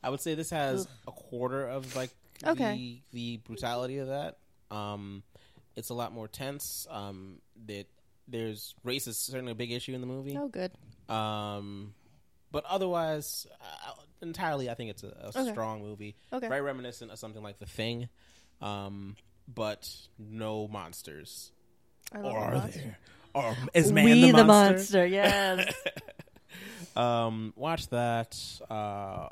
Speaker 2: I would say this has a quarter of like
Speaker 1: Okay.
Speaker 2: the, the brutality of that. Um, it's a lot more tense. Um, that there's race is certainly a big issue in the movie.
Speaker 1: oh, good.
Speaker 2: Um, but otherwise, uh, entirely, I think it's a, a
Speaker 1: Okay.
Speaker 2: strong movie.
Speaker 1: Okay.
Speaker 2: Very reminiscent of something like The Thing, um, but no monsters.
Speaker 1: I love
Speaker 2: Or
Speaker 1: the
Speaker 2: are
Speaker 1: monster.
Speaker 2: there? Or is man
Speaker 1: we
Speaker 2: the monster?
Speaker 1: Yes.
Speaker 2: Um, watch that. Uh,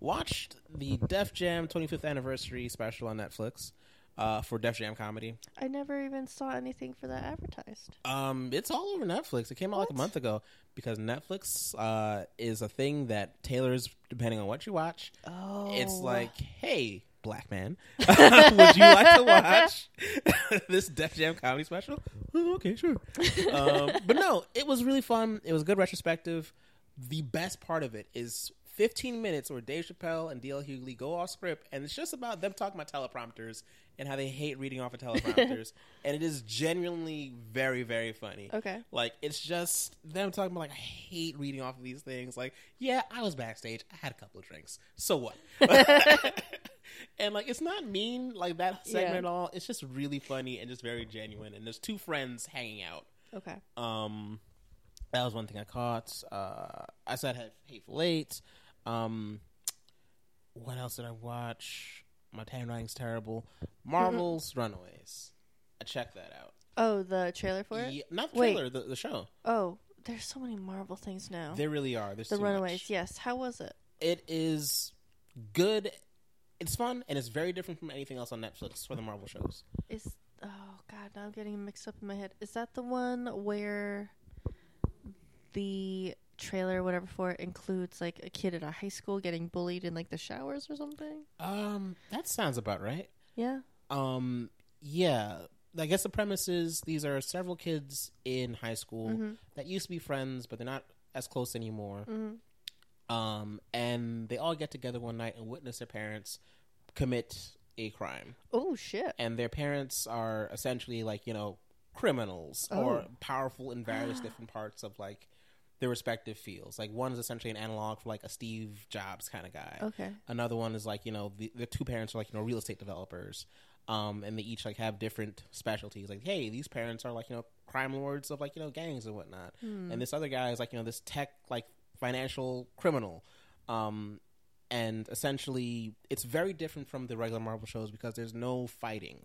Speaker 2: watched the Def Jam 25th anniversary special on Netflix uh, for Def Jam comedy.
Speaker 1: I never even saw anything for that advertised.
Speaker 2: Um, it's all over Netflix. It came out like a
Speaker 1: What?
Speaker 2: month ago because Netflix uh, is a thing that tailors depending on what you watch.
Speaker 1: Oh,
Speaker 2: It's like, hey, black man, would you like to watch this Def Jam comedy special? "Oh, okay, sure. Um, but no, it was really fun. It was a good retrospective. The best part of it is 15 minutes where Dave Chappelle and DL Hughley go off script, and it's just about them talking about teleprompters and how they hate reading off of teleprompters. and it is genuinely very, very funny.
Speaker 1: Okay.
Speaker 2: Like it's just them talking about like I hate reading off of these things. Like, yeah, I was backstage. I had a couple of drinks. So what? and like it's not mean like that segment
Speaker 1: Yeah.
Speaker 2: at all. It's just really funny and just very genuine. And there's two friends hanging out.
Speaker 1: okay.
Speaker 2: Um, that was one thing I caught. Uh, I said I had Hateful Eight. Um, what else did I watch? My handwriting's terrible.
Speaker 1: Mm-hmm.
Speaker 2: Marvel's Runaways. I checked that out.
Speaker 1: Oh, the trailer for it.
Speaker 2: Yeah, not the
Speaker 1: Wait.
Speaker 2: trailer, the, the show.
Speaker 1: Oh, there's so many Marvel things now.
Speaker 2: There really are. There's
Speaker 1: Oh. the
Speaker 2: too
Speaker 1: Runaways.
Speaker 2: much.
Speaker 1: Yes. How was it?
Speaker 2: It is good. It's fun and it's very different from anything else on Netflix for the Marvel shows.
Speaker 1: Is oh god, now I'm getting mixed up in my head. Is that the one where the trailer, whatever for it, includes like a kid in a high school getting bullied in like the showers or something?
Speaker 2: Um, that sounds about right.
Speaker 1: Yeah.
Speaker 2: Um, yeah. I guess the premise is these are several kids in high school
Speaker 1: Mm-hmm.
Speaker 2: that used to be friends, but they're not as close anymore.
Speaker 1: Mm-hmm.
Speaker 2: Um, and they all get together one night and witness their parents commit a crime.
Speaker 1: Oh shit.
Speaker 2: and their parents are essentially like you know criminals or powerful in various different parts of like their respective fields like one is essentially an analog for like a steve jobs kind of guy
Speaker 1: Okay.
Speaker 2: another one is like you know the, the two parents are like you know real estate developers um and they each like have different specialties like hey these parents are like you know crime lords of like you know gangs and whatnot
Speaker 1: Hmm.
Speaker 2: and this other guy is like you know this tech like financial criminal um and essentially it's very different from the regular marvel shows because there's no fighting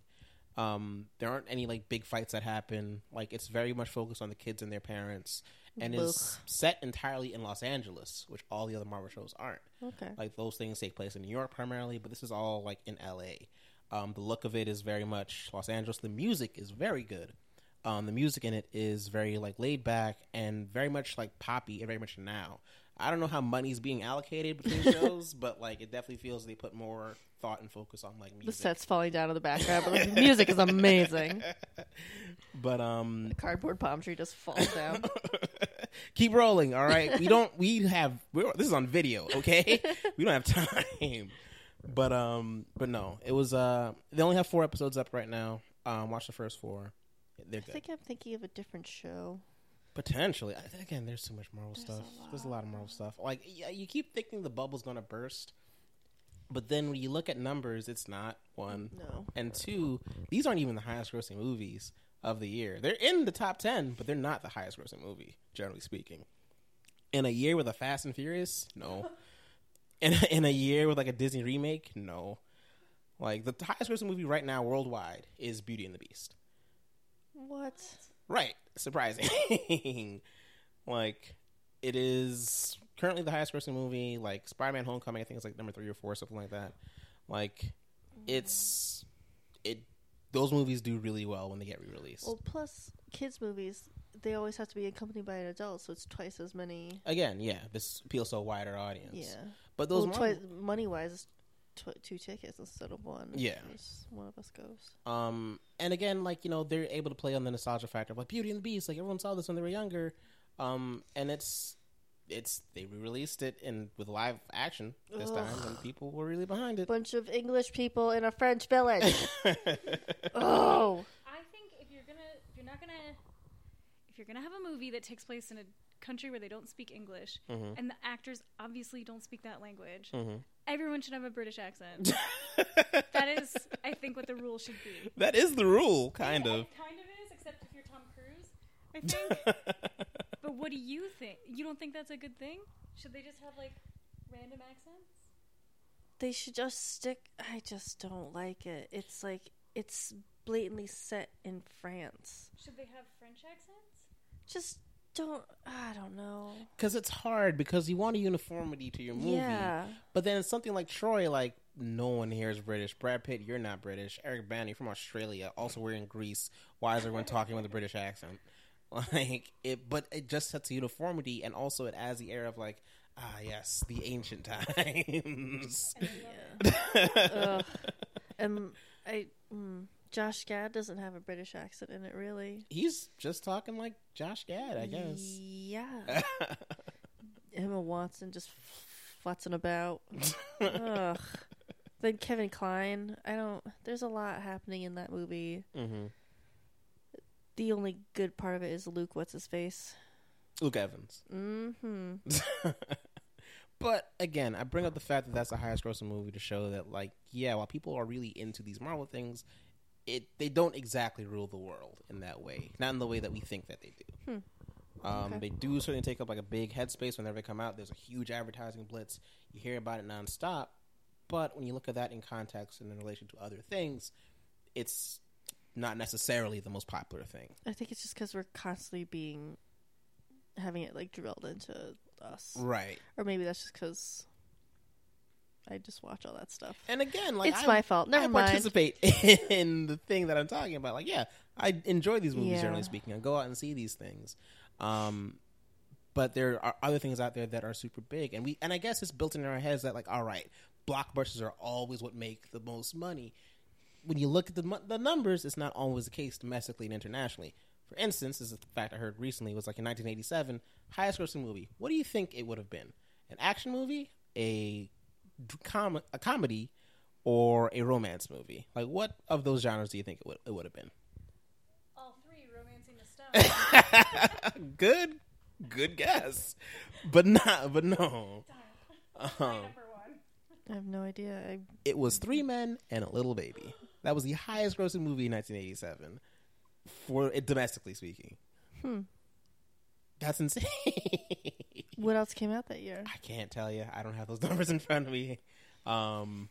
Speaker 2: um there aren't any like big fights that happen like it's very much focused on the kids and their parents and is set entirely in los angeles which all the other marvel shows aren't
Speaker 1: Okay.
Speaker 2: like those things take place in New York primarily, but this is all like in LA. Um, the look of it is very much Los Angeles. The music is very good. Um, the music in it is very like laid back and very much like poppy and very much now. I don't know how money's being allocated between shows, but like it definitely feels they put more thought and focus on like
Speaker 1: The
Speaker 2: music.
Speaker 1: set's falling down in the background, but the music is amazing.
Speaker 2: But um,
Speaker 1: Cardboard palm tree just falls down.
Speaker 2: keep rolling. All right, we don't. We have. We're, this is on video. Okay, we don't have time. But um, but no, it was uh. They only have four episodes up right now. Um, watch the first four. They're
Speaker 1: I
Speaker 2: good.
Speaker 1: think I'm thinking of a different show.
Speaker 2: Potentially, I- again, there's so much Marvel stuff.
Speaker 1: a
Speaker 2: there's a lot of Marvel stuff. Like yeah, you keep thinking the bubble's gonna burst, but then when you look at numbers, it's not one
Speaker 1: No.
Speaker 2: and two. These aren't even the highest grossing movies of the year. They're in the top ten, but they're not the highest grossing movie, generally speaking. In a year with a Fast and Furious, no. In a, in a year with like a Disney remake, no. Like the highest grossing movie right now worldwide is Beauty and the Beast.
Speaker 1: What?
Speaker 2: Right. Surprising. like, it is currently the highest grossing movie. Like, Spider Man Homecoming, I think it's like number three or four, something like that. Like, it's. it. Those movies do really well when they get re released.
Speaker 1: Well, plus kids' movies, they always have to be accompanied by an adult, so it's twice as many.
Speaker 2: Again, yeah, this appeals to a wider audience.
Speaker 1: Yeah.
Speaker 2: But those
Speaker 1: well,
Speaker 2: Marvel-
Speaker 1: twi- money wise, tw- two tickets instead of one.
Speaker 2: Yeah.
Speaker 1: Because One of us goes.
Speaker 2: Um, and again, like you know, they're able to play on the nostalgia factor of like Beauty and the Beast. Like everyone saw this when they were younger. Um, and it's it's they re-released it and with live action this time, and people were really behind it.
Speaker 1: Bunch of English people in a French village. oh,
Speaker 3: I think if you're gonna, if you're not gonna, if you're gonna have a movie that takes place in a country where they don't speak English
Speaker 2: Mhm.
Speaker 3: and the actors obviously don't speak that language,
Speaker 2: Mhm.
Speaker 3: everyone should have a British accent. that is, I think, what the rule should be.
Speaker 2: that is the rule, kind
Speaker 3: It
Speaker 2: of.
Speaker 3: kind of is, except if you're Tom Cruise, I think. but what do you think? You don't think that's a good thing? Should they just have like random accents?
Speaker 1: they should just stick. I just don't like it. It's like it's blatantly set in France.
Speaker 3: Should they have French accents?
Speaker 1: Just don't. I don't know.
Speaker 2: Because it's hard because you want a uniformity to your movie.
Speaker 1: Yeah.
Speaker 2: But then it's something like Troy, like no one here is British. Brad Pitt, you're not British. Eric Bana, you're from Australia. Also, we're in Greece. Why is everyone talking with a British accent? Like it, but it just sets a uniformity, and also it adds the air of like, ah, yes, the ancient times.
Speaker 3: And I love it.
Speaker 1: Yeah. Ugh. Um, I mm, Josh Gad doesn't have a British accent in it, really.
Speaker 2: He's just talking like Josh Gad, I guess.
Speaker 1: Yeah. Emma Watson just futzing about. Ugh. Then Kevin Klein. I don't. There's a lot happening in that movie.
Speaker 2: hmm
Speaker 1: The only good part of it is Luke. What's his face?
Speaker 2: Luke Evans.
Speaker 1: Mm-hmm.
Speaker 2: but again, I bring up the fact that that's the highest grossing movie to show that, like, yeah, while people are really into these Marvel things, it they don't exactly rule the world in that way. Not in the way that we think that they do. Um,
Speaker 1: Okay.
Speaker 2: They do certainly take up like a big headspace whenever they come out. There's a huge advertising blitz. You hear about it nonstop. But when you look at that in context and in relation to other things, it's not necessarily the most popular thing.
Speaker 1: I think it's just because we're constantly being having it like drilled into us,
Speaker 2: Right.
Speaker 1: or maybe that's just because I just watch all that stuff.
Speaker 2: And again, like
Speaker 1: it's
Speaker 2: I'm-
Speaker 1: my fault. Never
Speaker 2: I
Speaker 1: mind.
Speaker 2: participate in the thing that I'm talking about. Like, yeah, I enjoy these movies,
Speaker 1: Yeah.
Speaker 2: generally speaking. I go out and see these things. Um, but there are other things out there that are super big, and we and I guess it's built in our heads that like, all right, blockbusters are always what make the most money. When you look at the mu- the numbers, it's not always the case domestically and internationally. For instance, this is a fact I heard recently was like in 1987, highest grossing movie. What do you think it would have been? An action movie, a d- com- a comedy, or a romance movie? Like, what of those genres do you think it would it would have been?
Speaker 3: All three romancing the stone.
Speaker 2: good, good guess, but not, but no. Um,
Speaker 3: number one.
Speaker 1: I have no idea. I
Speaker 2: it was three men and a little baby. That was the highest grossing movie in 1987, for it domestically speaking. That's insane.
Speaker 1: What else came out that year?
Speaker 2: I can't tell you. I don't have those numbers in front of me. Um,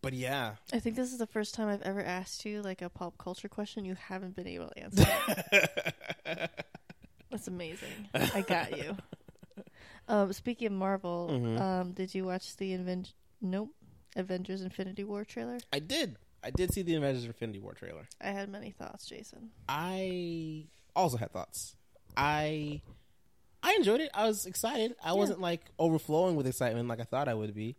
Speaker 2: but yeah,
Speaker 1: I think this is the first time I've ever asked you like a pop culture question you haven't been able to answer. That's amazing. I got you. Um, speaking of Marvel, um, did you watch the Inven- Nope Avengers Infinity War trailer?
Speaker 2: I did. I did see the Avengers: Infinity War trailer.
Speaker 1: I had many thoughts, Jason.
Speaker 2: I also had thoughts. I I enjoyed it. I was excited. I wasn't like overflowing with excitement like I thought I would be.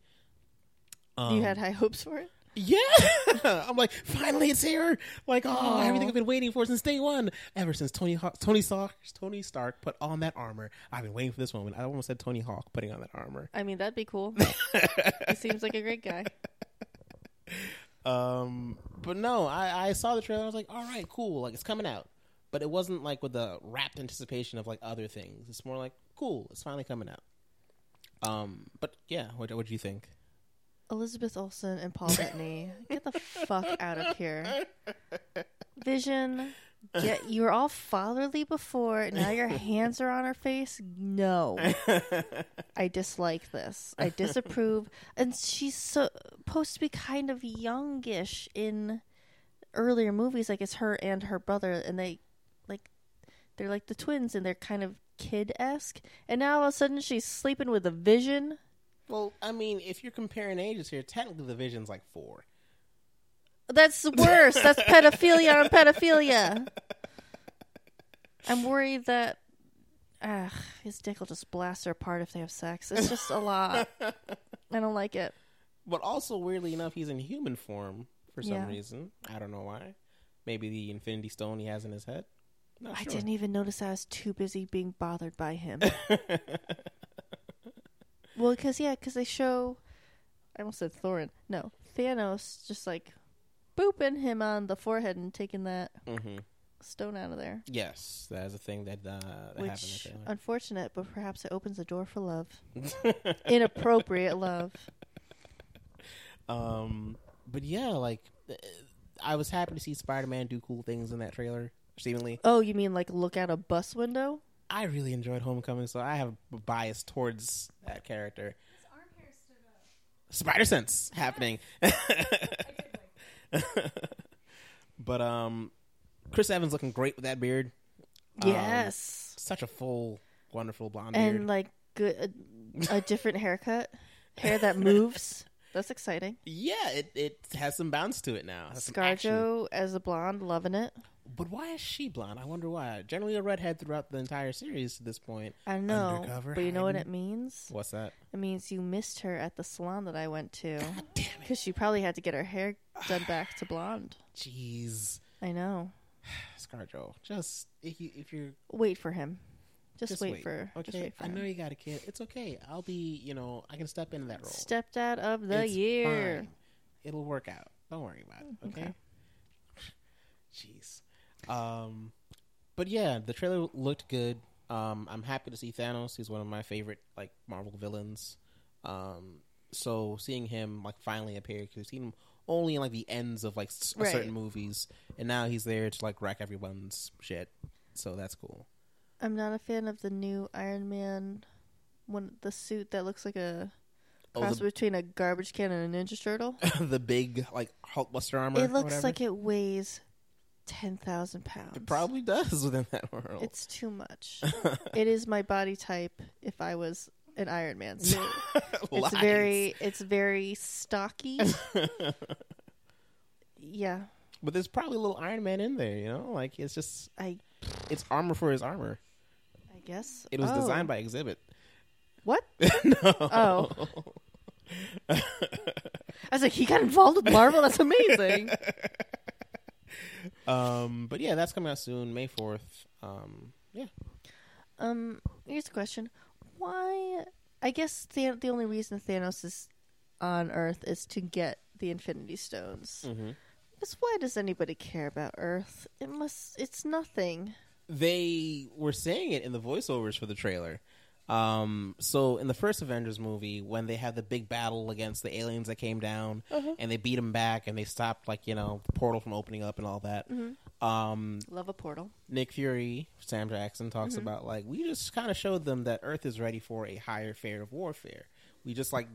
Speaker 2: Um,
Speaker 1: you had high hopes for it.
Speaker 2: yeah. I'm like, finally, it's here. Like, oh, everything I've been waiting for since day one. Ever since Tony Hawk, Tony Stark, Tony Stark put on that armor. I've been waiting for this moment. I almost said Tony Hawk putting on that armor.
Speaker 1: I mean, that'd be cool. he seems like a great guy.
Speaker 2: Um, but no, I, I saw the trailer. I was like, all right, cool. Like it's coming out, but it wasn't like with the rapt anticipation of like other things. It's more like, cool, it's finally coming out. Um, but yeah, what what do you think?
Speaker 1: Elizabeth Olsen and Paul Bettany, get the fuck out of here. Vision, get you were all fatherly before. Now your hands are on her face. No, I dislike this. I disapprove. And she's so, supposed to be kind of youngish in earlier movies. Like it's her and her brother, and they like they're like the twins, and they're kind of kid esque. And now all of a sudden she's sleeping with a vision.
Speaker 2: Well, I mean, if you're comparing ages here, technically the vision's like four.
Speaker 1: That's worse. That's pedophilia on pedophilia. I'm worried that ugh, his dick will just blast her apart if they have sex. It's just a lot. I don't like it.
Speaker 2: But also, weirdly enough, he's in human form for some
Speaker 1: Yeah.
Speaker 2: reason. I don't know why. Maybe the Infinity Stone he has in his head. Not
Speaker 1: I e-
Speaker 2: sure.
Speaker 1: didn't even notice I was too busy being bothered by him. Well, because yeah, because they show. I almost said Thorin. No, Thanos just like booping him on the forehead and taking that
Speaker 2: Mm-hmm.
Speaker 1: stone out of there.
Speaker 2: Yes, that is a thing that, uh, that
Speaker 1: Which
Speaker 2: happened.
Speaker 1: unfortunate, but perhaps it opens the door for love,
Speaker 2: In the trailer.
Speaker 1: inappropriate love.
Speaker 2: Um, but yeah, like uh, I was happy to see Spider-Man do cool things in that trailer. Seemingly,
Speaker 1: Oh, you mean like look out a bus window?
Speaker 2: I really enjoyed Homecoming, so I have a bias towards that character.
Speaker 3: His arm hair stood up.
Speaker 2: Spider sense happening.
Speaker 3: I did like that.
Speaker 2: but um, Chris Evans looking great with that beard. Um,
Speaker 1: Yes,
Speaker 2: such a full, wonderful blonde
Speaker 1: and
Speaker 2: beard.
Speaker 1: like good, a, a different haircut, hair that moves. That's exciting.
Speaker 2: yeah, it, it has some bounce to it now. Has some action.
Speaker 1: Scarjo as a blonde, loving it.
Speaker 2: But why is she blonde? I wonder why. Generally a redhead throughout the entire series to this point.
Speaker 1: I know,
Speaker 2: Undercover
Speaker 1: but you know what it
Speaker 2: hiding.
Speaker 1: means?
Speaker 2: What's that?
Speaker 1: It means you missed her at the salon that I went to
Speaker 2: Damn it.
Speaker 1: because she probably had to get her hair done back to blonde.
Speaker 2: Jeez.
Speaker 1: I know.
Speaker 2: ScarJo, just if you if you're
Speaker 1: Wait for him. Just,
Speaker 2: just
Speaker 1: wait, for.
Speaker 2: okay,
Speaker 1: Just wait for
Speaker 2: I know
Speaker 1: him.
Speaker 2: you got a kid. It's okay. I'll be you know I can step into that role.
Speaker 1: Stepdad of the
Speaker 2: It's
Speaker 1: year.
Speaker 2: fine. It'll work out. Don't worry about it. Okay.
Speaker 1: Okay.
Speaker 2: Jeez. Um, but yeah, the trailer looked good. Um, I'm happy to see Thanos. He's one of my favorite like Marvel villains. Um, so seeing him like finally appear because we've seen him only in like the ends of like s-
Speaker 1: Right.
Speaker 2: certain movies, and now he's there to like wreck everyone's shit. So that's cool.
Speaker 1: I'm not a fan of the new Iron Man one the suit that looks like a
Speaker 2: Oh,
Speaker 1: cross
Speaker 2: the,
Speaker 1: between a garbage can and a ninja turtle.
Speaker 2: the big like Hulkbuster armor.
Speaker 1: it
Speaker 2: or
Speaker 1: looks
Speaker 2: whatever.
Speaker 1: like it weighs ten thousand pounds.
Speaker 2: it probably does within that world.
Speaker 1: It's too much. it is my body type if I was an Iron Man suit. it's
Speaker 2: Lies.
Speaker 1: very it's very stocky.
Speaker 2: but
Speaker 1: yeah.
Speaker 2: there's probably a little Iron Man in there, you know? Like it's just
Speaker 1: I
Speaker 2: it's armor for his armor.
Speaker 1: I guess.
Speaker 2: It was
Speaker 1: Oh.
Speaker 2: designed by Exhibit.
Speaker 1: What?
Speaker 2: no.
Speaker 1: Oh. I was like, he got involved with Marvel? That's amazing.
Speaker 2: Um but yeah, that's coming out soon, May 4th. Um yeah.
Speaker 1: Um, here's a question: Why? I guess the the only reason Thanos is on Earth is to get the Infinity Stones.
Speaker 2: Mhm.
Speaker 1: Because why does anybody care about Earth? It must. It's nothing.
Speaker 2: They were saying it in the voiceovers for the trailer. Um so in the first Avengers movie when they had the big battle against the aliens that came down and they beat them back and they stopped like, you know, the portal from opening up and all that. Um
Speaker 1: Love a portal.
Speaker 2: Nick Fury, Sam Jackson talks
Speaker 1: Mm-hmm.
Speaker 2: about like we just kind of showed them that Earth is ready for a higher fare of warfare. We just like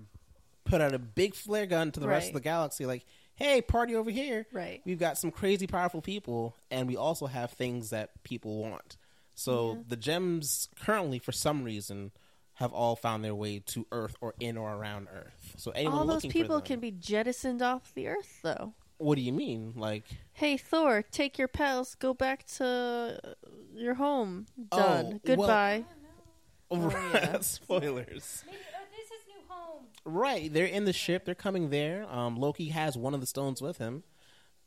Speaker 2: put out a big flare gun to the rest of
Speaker 1: Right.
Speaker 2: the galaxy, like, hey, party over here!
Speaker 1: Right.
Speaker 2: We've got some crazy powerful people, and we also have things that people want. So the gems currently, for some reason, have all found their way to Earth or in or around Earth. So anyone
Speaker 1: All those
Speaker 2: looking
Speaker 1: people
Speaker 2: for them,
Speaker 1: can be jettisoned off the Earth, though.
Speaker 2: What do you mean, like?
Speaker 1: Hey Thor, take your pals, go back to uh, your home.
Speaker 2: Oh,
Speaker 1: Done.
Speaker 2: well-
Speaker 1: Goodbye.
Speaker 3: I don't know.
Speaker 1: Oh, yeah.
Speaker 2: spoilers.
Speaker 3: Maybe oh, this is new home.
Speaker 2: Right, they're in the ship. They're coming there. Um, Loki has one of the stones with him.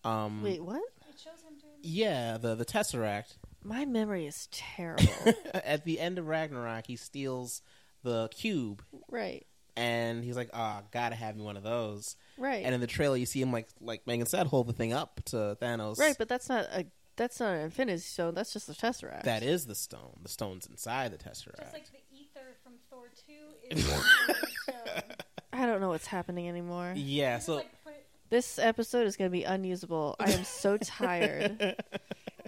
Speaker 2: Um,
Speaker 1: Wait, what?
Speaker 3: It shows him doing.
Speaker 2: yeah, the the Tesseract.
Speaker 1: My memory is terrible.
Speaker 2: At the end of Ragnarok, he steals the cube,
Speaker 1: right.
Speaker 2: and he's like, "Ah, gotta have me one of those."
Speaker 1: Right.
Speaker 2: And in the trailer, you see him like like Megan said, hold the thing up to Thanos.
Speaker 1: Right, but that's not a that's not an Infinity Stone. That's just the Tesseract.
Speaker 2: that is the stone. The stone's inside the Tesseract.
Speaker 3: Just like the ether from Thor 2 is
Speaker 1: I don't know what's happening anymore.
Speaker 2: yeah.
Speaker 3: so,
Speaker 2: So
Speaker 3: like, put-
Speaker 1: This episode is going to be unusable. I am so tired,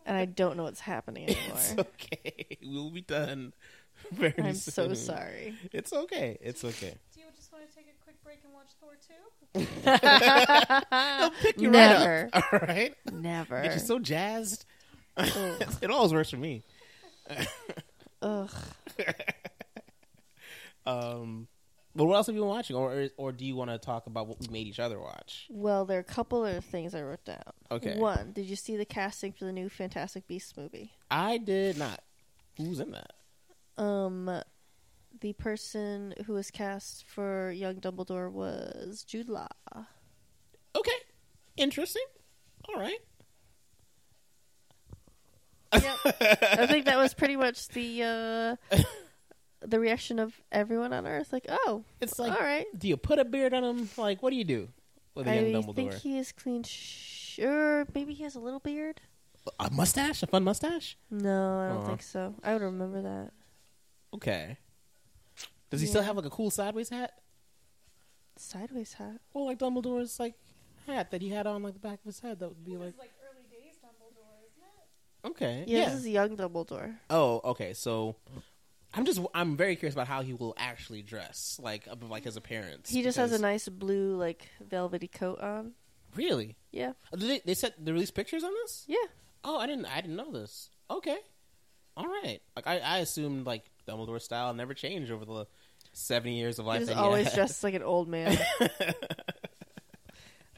Speaker 1: and I don't know what's happening anymore.
Speaker 2: it's okay. We'll be done. Very
Speaker 1: I'm so
Speaker 2: soon.
Speaker 1: sorry.
Speaker 2: It's okay. It's okay.
Speaker 3: do you just want to take a quick break and watch Thor 2?
Speaker 2: You're
Speaker 1: never,
Speaker 2: Right up, all right.
Speaker 1: never.
Speaker 2: Get you so jazzed.
Speaker 1: Ugh.
Speaker 2: it always works for me.
Speaker 1: Ugh.
Speaker 2: Um, but what else have you been watching, or or do you want to talk about what we made each other watch?
Speaker 1: Well, there are a couple of things I wrote down.
Speaker 2: Okay.
Speaker 1: One, did you see the casting for the new Fantastic Beasts movie?
Speaker 2: I did not. Who's in that?
Speaker 1: Um, the person who was cast for young Dumbledore was Jude Law.
Speaker 2: Okay, interesting. All right.
Speaker 1: I think that was pretty much the uh, the reaction of everyone on Earth. Like, oh,
Speaker 2: It's like,
Speaker 1: all right.
Speaker 2: do you put a beard on him? Like, what do you do with a
Speaker 1: I
Speaker 2: young Dumbledore?
Speaker 1: think he is clean. Sure, maybe he has a little beard.
Speaker 2: a mustache? A fun mustache?
Speaker 1: No, I don't
Speaker 2: Aw.
Speaker 1: think so. I would remember that.
Speaker 2: Okay. Does he still
Speaker 1: Yeah.
Speaker 2: have like a cool sideways hat?
Speaker 1: Sideways hat.
Speaker 2: Well, like Dumbledore's like hat that he had on like the back of his head that would be like
Speaker 3: like early days Dumbledore, isn't it?
Speaker 2: okay
Speaker 1: Yeah, this is young Dumbledore.
Speaker 2: oh okay so I'm just I'm very curious about how he will actually dress like of, like his appearance
Speaker 1: He just has a
Speaker 2: because-
Speaker 1: nice blue, like velvety coat on.
Speaker 2: really
Speaker 1: Yeah,
Speaker 2: Uh, did they, they said they released pictures on this
Speaker 1: yeah.
Speaker 2: oh I didn't I didn't know this okay all right like I, I assumed like Dumbledore's style never changed over the seventy years of life
Speaker 1: He was
Speaker 2: that
Speaker 1: always
Speaker 2: had.
Speaker 1: dressed like an old man.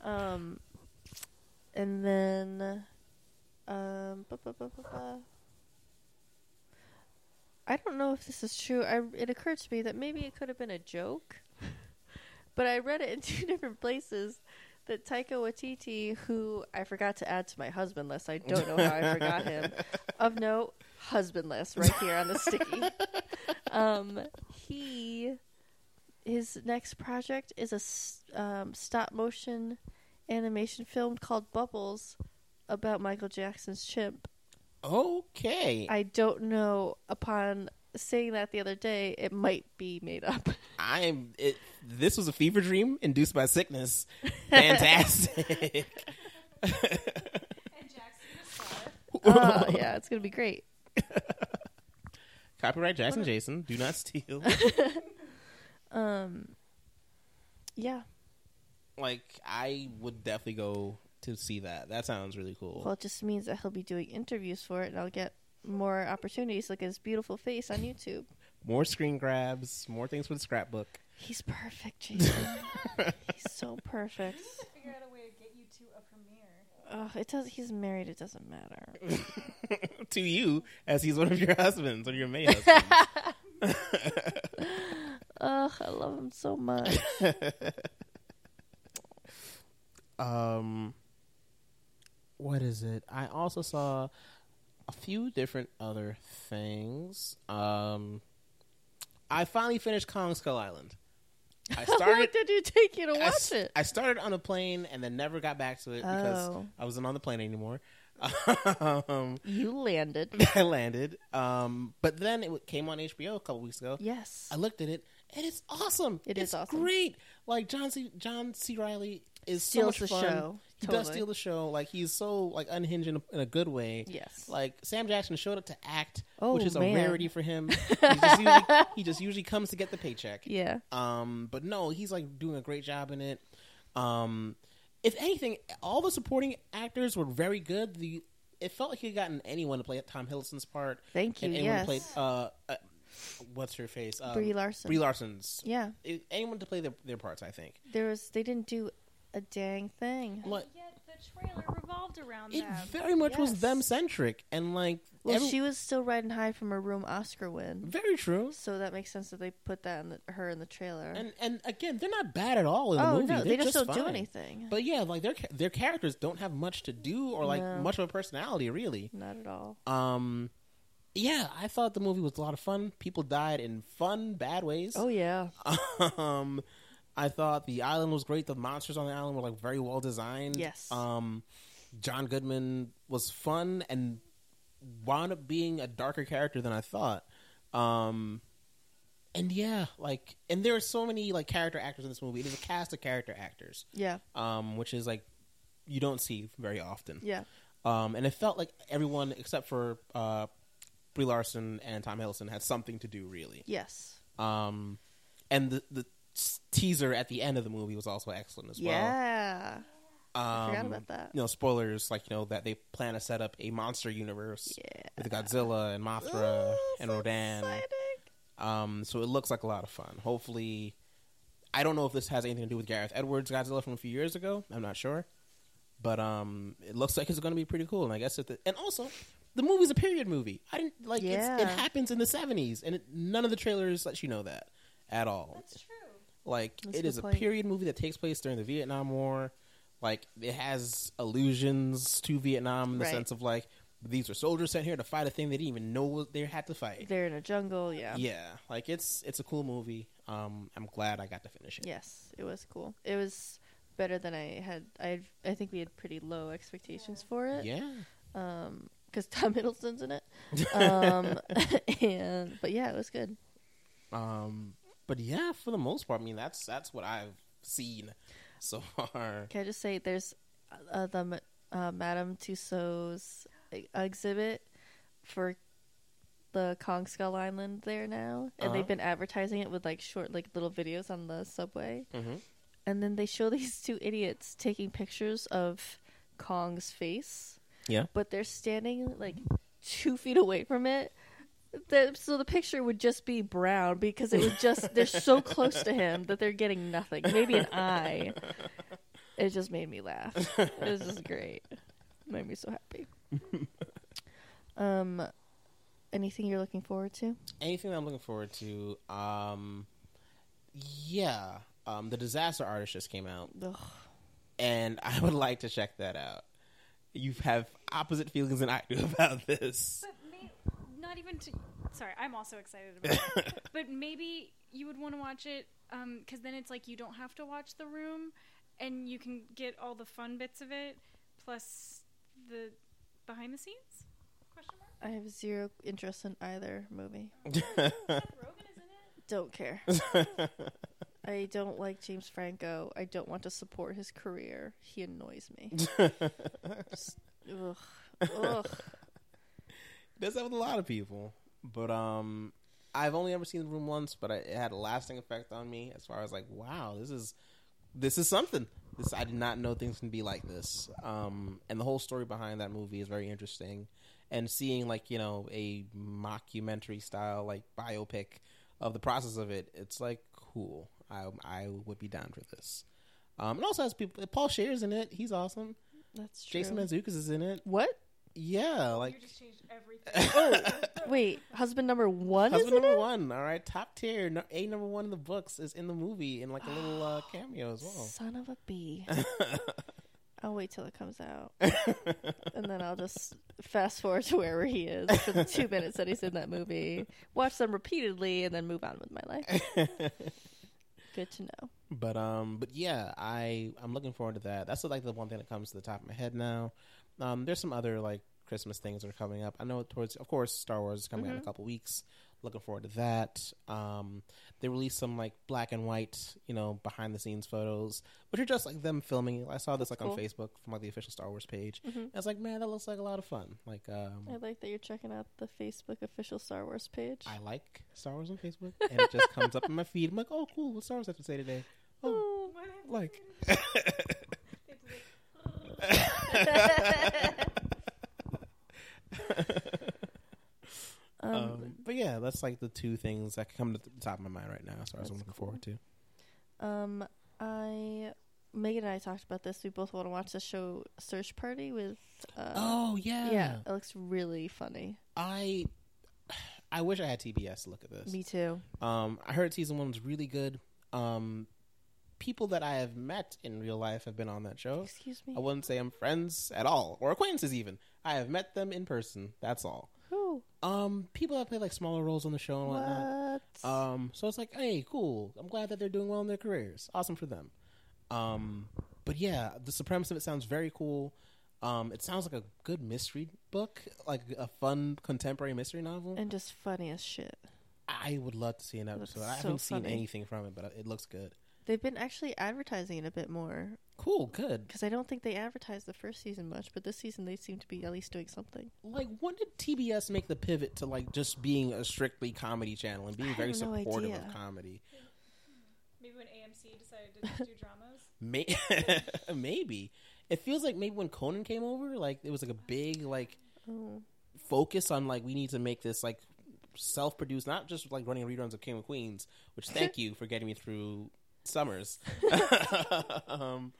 Speaker 1: um, and then, um, ba, ba, ba, ba, ba. I don't know if this is true. I it occurred to me that maybe it could have been a joke, but I read it in two different places. That Taika Waititi, who I forgot to add to my husband list, I don't know how I forgot him. Of note, husband list right here on the sticky. Um, he his next project is a s- um, stop motion animation film called Bubbles about Michael Jackson's chimp.
Speaker 2: okay
Speaker 1: I don't know. Upon saying that the other day, it might be made up.
Speaker 2: I'm. It, this was a fever dream induced by sickness. Fantastic.
Speaker 3: And Jackson the Star.
Speaker 1: Uh, yeah, it's gonna be great.
Speaker 2: Copyright Jackson Jason. Do not steal.
Speaker 1: Um, yeah.
Speaker 2: like I would definitely go to see that. That sounds really cool.
Speaker 1: Well, it just means that he'll be doing interviews for it, and I'll get more opportunities. Look at his beautiful face on YouTube.
Speaker 2: More screen grabs. More things with scrapbook.
Speaker 1: He's perfect, Jason. He's so perfect.
Speaker 3: We need to figure out a way to get you to a premiere.
Speaker 1: Oh, it does. He's married. It doesn't matter.
Speaker 2: to you, as he's one of your husbands or your main husband.
Speaker 1: Ugh, I love him so much.
Speaker 2: um, what is it? I also saw a few different other things. Um, I finally finished Kong Skull Island. I
Speaker 1: Why
Speaker 2: started.
Speaker 1: did you take you to
Speaker 2: I, s-
Speaker 1: watch it?
Speaker 2: I started on a plane and then never got back to it because
Speaker 1: Oh.
Speaker 2: I wasn't on the plane anymore. um,
Speaker 1: You landed.
Speaker 2: I landed, um, but then it w- came on HBO a couple weeks ago.
Speaker 1: Yes.
Speaker 2: I looked at it, and it's awesome.
Speaker 1: It is
Speaker 2: it's
Speaker 1: awesome.
Speaker 2: Great. Like John C. John C. Riley is
Speaker 1: Steals
Speaker 2: so much
Speaker 1: the
Speaker 2: fun.
Speaker 1: show.
Speaker 2: He does
Speaker 1: Totally.
Speaker 2: steal the show. Like he's so like unhinged in a, in a good way.
Speaker 1: Yes.
Speaker 2: Like Sam Jackson showed up to act,
Speaker 1: Oh,
Speaker 2: which is
Speaker 1: man.
Speaker 2: a rarity for him. he, just usually, he just usually comes to get the paycheck.
Speaker 1: yeah.
Speaker 2: Um, but no, he's like doing a great job in it. Um, if anything, all the supporting actors were very good. The it felt like he had gotten anyone to play Tom Hiddleston's part.
Speaker 1: Thank you.
Speaker 2: And anyone
Speaker 1: Yes.
Speaker 2: to play uh, uh, what's her face? Um,
Speaker 1: Brie Larson.
Speaker 2: Brie Larson's.
Speaker 1: yeah.
Speaker 2: It- anyone to play their, their parts, I think.
Speaker 1: There was. They didn't do a dang thing.
Speaker 2: Like
Speaker 3: Yet the trailer revolved around
Speaker 2: it
Speaker 3: them.
Speaker 2: very much was
Speaker 1: Yes.
Speaker 2: them centric and like
Speaker 1: Well,
Speaker 2: every-
Speaker 1: she was still riding high from her room Oscar win,
Speaker 2: very true.
Speaker 1: so that makes sense that they put that in the, her in the trailer.
Speaker 2: And and again, they're not bad at all in the
Speaker 1: oh
Speaker 2: movie.
Speaker 1: no,
Speaker 2: They're
Speaker 1: they just, don't do
Speaker 2: fine.
Speaker 1: anything.
Speaker 2: But yeah, like their ca- their characters don't have much to do or like
Speaker 1: No.
Speaker 2: much of a personality really.
Speaker 1: Not at all.
Speaker 2: Um yeah, I thought the movie was a lot of fun. People died in fun, bad ways.
Speaker 1: Oh yeah.
Speaker 2: Um I thought the island was great. The monsters on the island were like very well designed.
Speaker 1: Yes.
Speaker 2: Um John Goodman was fun and wound up being a darker character than I thought. Um and yeah, like and there are so many like character actors in this movie. It is a cast of character actors
Speaker 1: Yeah.
Speaker 2: um, which is like you don't see very often.
Speaker 1: Yeah.
Speaker 2: Um, and it felt like everyone except for uh, Brie Larson and Tom Hiddleston had something to do really.
Speaker 1: Yes.
Speaker 2: Um, and the the s- teaser at the end of the movie was also excellent as
Speaker 1: yeah.
Speaker 2: well. Um,
Speaker 1: I forgot about that.
Speaker 2: You know, spoilers like you know that they plan to set up a monster universe
Speaker 1: Yeah.
Speaker 2: with Godzilla and Mothra
Speaker 1: Ooh,
Speaker 2: and
Speaker 1: so
Speaker 2: Rodan.
Speaker 1: exciting.
Speaker 2: Um, so it looks like a lot of fun. Hopefully, I don't know if this has anything to do with Gareth Edwards Godzilla from a few years ago. I'm not sure, but um, it looks like it's going to be pretty cool. And I guess if the, and also the movie's a period movie. I didn't like it's, it
Speaker 1: Yeah.
Speaker 2: happens in the 70s, and it, none of the trailers let you know that at all.
Speaker 3: That's true.
Speaker 2: Like
Speaker 1: That's a
Speaker 2: it
Speaker 1: good
Speaker 2: is
Speaker 1: point.
Speaker 2: a period movie that takes place during the Vietnam War. Like it has allusions to Vietnam in the
Speaker 1: Right.
Speaker 2: sense of like These were soldiers sent here to fight a thing they didn't even know was- they had to fight.
Speaker 1: They're in a jungle. Yeah.
Speaker 2: Yeah, like it's it's a cool movie. Um, I'm glad I got to finish it.
Speaker 1: Yes, it was cool. It was better than I had. I had- I think we had pretty low expectations for it.
Speaker 2: Yeah.
Speaker 1: Um, because Tom Hiddleston's in it. Um, and but yeah, it was good.
Speaker 2: Um, but yeah, for the most part, I mean that's that's what I've seen so far.
Speaker 1: Can I just say there's uh, the Ma- uh, Madame Tussauds e-, exhibit for the Kong Skull Island there now, and
Speaker 2: Uh-huh.
Speaker 1: they've been advertising it with like short, like little videos on the subway,
Speaker 2: Mhm.
Speaker 1: and then they show these two idiots taking pictures of Kong's face.
Speaker 2: Yeah.
Speaker 1: but they're standing like two feet away from it. The, so the picture would just be brown because it was just they're so close to him that they're getting nothing, maybe an eye. It just made me laugh. It was just great. Made me so happy. Um, anything you're looking forward to?
Speaker 2: Anything that I'm looking forward to? Um, yeah. Um, the Disaster Artist just came out,
Speaker 1: Ugh.
Speaker 2: and I would like to check that out. You have opposite feelings than I do about this.
Speaker 3: But may- not even to. Sorry, I'm also excited about it. but maybe you would want to watch it because then it's like you don't have to watch The Room and you can get all the fun bits of it plus the behind the scenes? Question mark?
Speaker 1: I have zero interest in either movie.
Speaker 3: Seth Rogen is in it?
Speaker 1: Don't care. I don't like James Franco. I don't want to support his career. He annoys me. Just- ugh. Ugh.
Speaker 2: does that with a lot of people. But um, I've only ever seen the room once, but I, it had a lasting effect on me as far as like, wow, this is this is something. This I did not know things can be like this. Um, and the whole story behind that movie is very interesting. And seeing like you know a mockumentary style like biopic of the process of it, it's like cool. I I would be down for this. Um, and also has people. Paul Shear's in it. He's awesome.
Speaker 1: That's true.
Speaker 2: Jason Mantzoukas is in it.
Speaker 1: what?
Speaker 2: Yeah, like
Speaker 3: You just changed everything.
Speaker 2: Oh,
Speaker 1: Wait, husband number one
Speaker 2: Husband
Speaker 1: is in
Speaker 2: number
Speaker 1: it?
Speaker 2: one, all right, top tier, no, a number one in the books is in the movie in like a little uh, cameo as well.
Speaker 1: Son of a bee. I'll wait till it comes out, and then I'll just fast forward to wherever he is for the two minutes that he's in that movie. Watch them repeatedly, and then move on with my life. Good to know.
Speaker 2: but um, but yeah, I I'm looking forward to that. That's like the one thing that comes to the top of my head now. Um, there's some other like Christmas things that are coming up. I know towards, of course, Star Wars is coming out in a couple weeks. Looking forward to that. Um, they released some like black and white, you know, behind the scenes photos, which are just like them filming. I saw this like on
Speaker 1: cool.
Speaker 2: Facebook from like the official Star Wars page. I was like, man, that looks like a lot of fun. Like, um,
Speaker 1: I like that you're checking out the Facebook official Star Wars page.
Speaker 2: I like Star Wars on Facebook, and it just comes up in my feed. I'm like, oh, cool. What Star Wars have to say today? Oh, like.
Speaker 1: um,
Speaker 2: um, but yeah, that's like the two things that come to the top of my mind right now as far as I'm
Speaker 1: That's
Speaker 2: looking forward to.
Speaker 1: Um, I Megan and I talked about this. We both want to watch the show Search Party with. Uh,
Speaker 2: oh yeah.
Speaker 1: yeah, it looks really funny.
Speaker 2: I I wish I had TBS to look at this.
Speaker 1: Me too.
Speaker 2: Um, I heard season one was really good. Um, people that I have met in real life have been on that show.
Speaker 1: Excuse me.
Speaker 2: I wouldn't say I'm friends at all, or acquaintances even. I have met them in person. That's all.
Speaker 1: Who?
Speaker 2: Um, people that play like smaller roles on the show and whatnot.
Speaker 1: What?
Speaker 2: Um, so it's like, hey, cool. I'm glad that they're doing well in their careers. Awesome for them. Um, but yeah, the supremacy of it sounds very cool. Um, it sounds like a good mystery book, like a fun contemporary mystery novel.
Speaker 1: and just funny as shit.
Speaker 2: I would love to see an
Speaker 1: Looks
Speaker 2: episode.
Speaker 1: so
Speaker 2: I haven't seen
Speaker 1: funny.
Speaker 2: anything from it, but it looks good.
Speaker 1: They've been actually advertising it a bit more
Speaker 2: Cool, good.
Speaker 1: because I don't think they advertised the first season much, but this season they seem to be at least doing something.
Speaker 2: Like, when did TBS make the pivot to like just being a strictly comedy channel and being
Speaker 1: I
Speaker 2: very
Speaker 1: have no
Speaker 2: supportive
Speaker 1: idea.
Speaker 2: of comedy?
Speaker 3: Maybe when AMC decided to do dramas.
Speaker 2: May- maybe it feels like maybe when Conan came over, like it was like a big like
Speaker 1: Oh,
Speaker 2: focus on like we need to make this like self-produced, not just like running reruns of King of Queens. Which thank you for getting me through summers. um,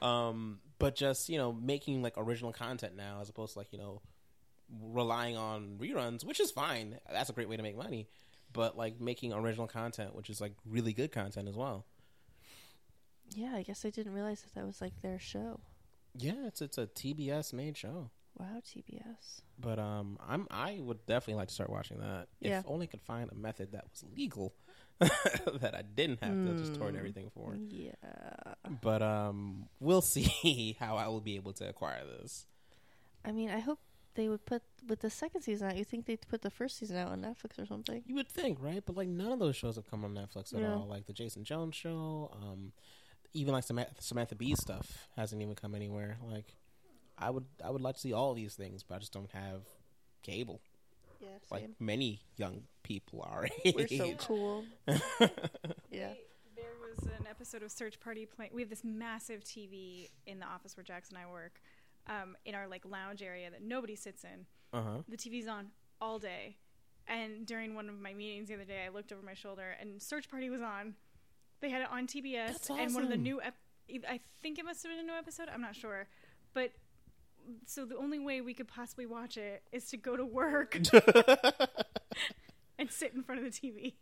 Speaker 2: um, but just you know making like original content now as opposed to like you know relying on reruns, which is fine. That's a great way to make money. But like making original content, which is like really good content as well.
Speaker 1: yeah. I guess I didn't realize that that was like their show.
Speaker 2: Yeah, it's it's a TBS made show.
Speaker 1: Wow, TBS.
Speaker 2: But um, I'm I would definitely like to start watching that.
Speaker 1: Yeah.
Speaker 2: If only I could find a method that was legal that I didn't have to just torrent
Speaker 1: Mm.
Speaker 2: everything for.
Speaker 1: Yeah.
Speaker 2: But um, we'll see how I will be able to acquire this.
Speaker 1: I mean, I hope they would put with the second season out. You think they'd put the first season out on Netflix or something?
Speaker 2: You would think, right? But like none of those shows have come on Netflix at
Speaker 1: Yeah.
Speaker 2: all. Like the Jason Jones show, um, even like Samantha, Samantha Bee stuff hasn't even come anywhere. Like, I would I would like to see all these things, but I just don't have cable.
Speaker 1: Yeah,
Speaker 2: Like
Speaker 1: same.
Speaker 2: many young people are.
Speaker 1: We're so cool. Yeah.
Speaker 3: There was an episode of Search Party playing. We have this massive TV in the office where Jax and I work, um, in our like lounge area that nobody sits in.
Speaker 2: uh huh.
Speaker 3: The TV's on all day, and during one of my meetings the other day, I looked over my shoulder and Search Party was on. They had it on TBS
Speaker 2: That's
Speaker 3: and one of the
Speaker 2: awesome.
Speaker 3: new. Ep- e, I think it must have been a new episode. I'm not sure, but so the only way we could possibly watch it is to go to work and sit in front of the TV.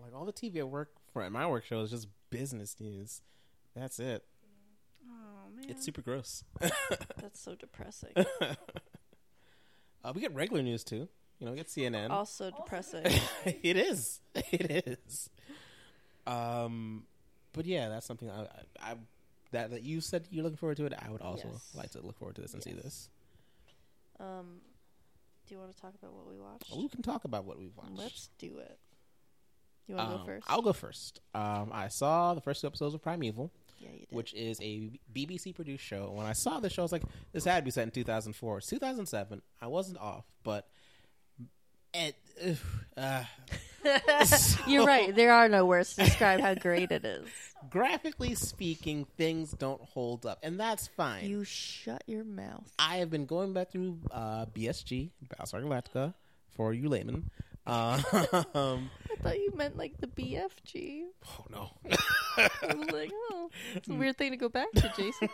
Speaker 2: Like all the TV at work for at my work show is just business news. That's it.
Speaker 3: Oh man,
Speaker 2: It's super gross.
Speaker 1: That's so depressing.
Speaker 2: uh, we get regular news too. You know, we get CNN.
Speaker 1: also depressing.
Speaker 2: it is. It is. Um, but yeah, that's something I, I, I that that you said you're looking forward to it. I would also
Speaker 1: Yes.
Speaker 2: like to look forward to this and see
Speaker 1: Yes.
Speaker 2: this.
Speaker 1: um, do you want to talk about what we watched?
Speaker 2: We can talk about what we've watched.
Speaker 1: Let's do it. You want to
Speaker 2: Um,
Speaker 1: go first?
Speaker 2: I'll go first. Um, I saw the first two episodes of Primeval.
Speaker 1: Yeah, you did.
Speaker 2: which is a BBC produced show. When I saw the show, I was like, this had to be set in 2004. It's 2007. I wasn't off, but. It, uh,
Speaker 1: You're right. There are no words to describe how great it is.
Speaker 2: graphically speaking, things don't hold up, and that's fine.
Speaker 1: You shut your mouth.
Speaker 2: I have been going back through uh, BSG, Battlestar Galactica, for you layman. Um,
Speaker 1: I thought you meant like the BFG.
Speaker 2: oh no!
Speaker 1: I was like, oh, it's a weird thing to go back to, Jason.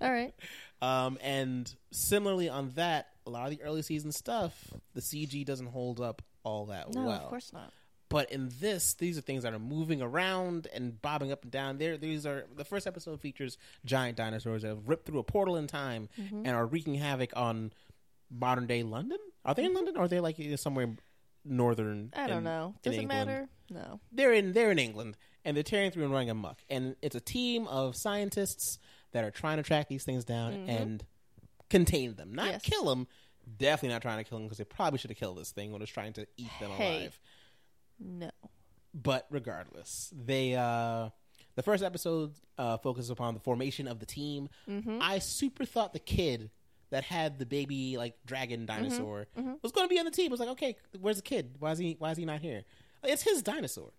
Speaker 1: All right.
Speaker 2: Um, and similarly on that, a lot of the early season stuff, the CG doesn't hold up all that
Speaker 1: No,
Speaker 2: well.
Speaker 1: of course not.
Speaker 2: But in this, these are things that are moving around and bobbing up and down. There, these are the first episode features giant dinosaurs that have ripped through a portal in time
Speaker 1: mm-hmm.
Speaker 2: and are wreaking havoc on modern day London. Are they in London or are they like somewhere in northern?
Speaker 1: I don't
Speaker 2: in-
Speaker 1: know.
Speaker 2: in
Speaker 1: Does it
Speaker 2: England?
Speaker 1: matter? No.
Speaker 2: They're in they're in England and they're tearing through and running amok. And it's a team of scientists that are trying to track these things down and contain them, not
Speaker 1: Mm-hmm. Yes.
Speaker 2: kill them. Definitely not trying to kill them because they probably should have killed this thing when it was trying to eat them
Speaker 1: Hey.
Speaker 2: alive.
Speaker 1: No.
Speaker 2: but regardless they uh the first episode uh focuses upon the formation of the team i super thought the kid that had the baby like dragon dinosaur was going to be on the team I was like okay where's the kid why is he why is he not here it's his dinosaur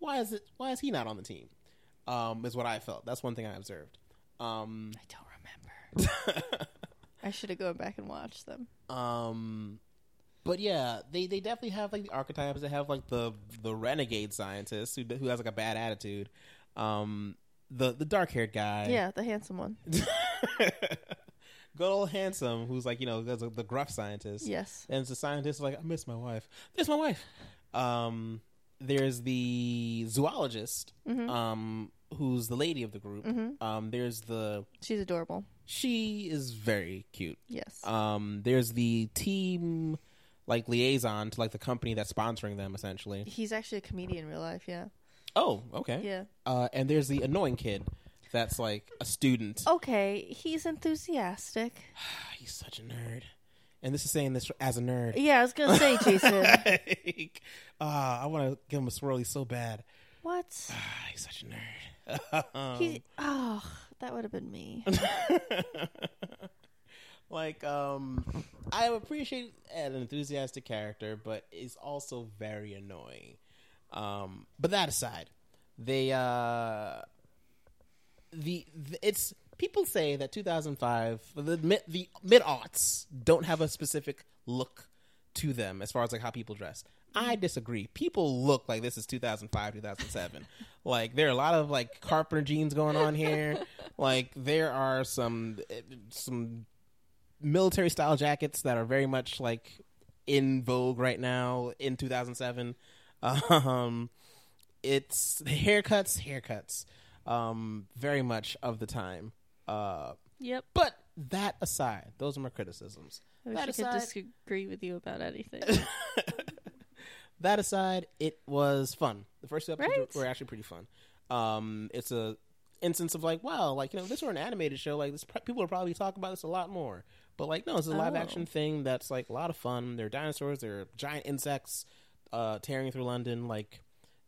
Speaker 2: why is it why is he not on the team um is what i felt that's one thing i observed um
Speaker 1: I don't remember. I should have gone back and watched them.
Speaker 2: Um, but yeah, they, they definitely have like the archetypes. They have like the the renegade scientist who who has like a bad attitude. Um, the the dark haired guy.
Speaker 1: Yeah, the handsome one.
Speaker 2: Good old handsome, who's like you know the, the gruff scientist.
Speaker 1: Yes.
Speaker 2: And the scientist is like, I miss my wife. There's my wife. Um, there's the zoologist, um, who's the lady of the group. Um, there's the
Speaker 1: She's adorable.
Speaker 2: she is very cute.
Speaker 1: Yes.
Speaker 2: Um, there's the team like liaison to like the company that's sponsoring them essentially.
Speaker 1: He's actually a comedian in real life, yeah.
Speaker 2: Oh, okay.
Speaker 1: Yeah.
Speaker 2: Uh, and there's the annoying kid that's like a student.
Speaker 1: Oh. Okay, he's enthusiastic.
Speaker 2: He's such a nerd. And this is saying this as a nerd.
Speaker 1: Yeah, I was gonna say, Jason.
Speaker 2: like, ah, I want to give him a swirly so bad.
Speaker 1: what?
Speaker 2: Ah, he's such a nerd. Um,
Speaker 1: He oh, that would have been me.
Speaker 2: like um i appreciate an enthusiastic character but it's also very annoying um but that aside they uh the, the it's people say that 2005 the mid the mid aughts don't have a specific look to them as far as like how people dress i disagree people look like this is 2005 2007 like there are a lot of like carpenter jeans going on here like there are some eh, some military style jackets that are very much like in vogue right now in 2007 um it's haircuts haircuts um very much of the time uh
Speaker 1: yep.
Speaker 2: but that aside, those are my criticisms.
Speaker 1: I wish
Speaker 2: That
Speaker 1: I could
Speaker 2: aside-
Speaker 1: disagree with you about anything.
Speaker 2: that aside, it was fun. The first two episodes
Speaker 3: Right?
Speaker 2: were, were actually pretty fun. Um, it's a instance of like, wow, like you know, if this were an animated show, like this, pro- people are probably talking about this a lot more. But like, no, it's a live action thing that's like a lot of fun. There are dinosaurs, there are giant insects uh, tearing through London. Like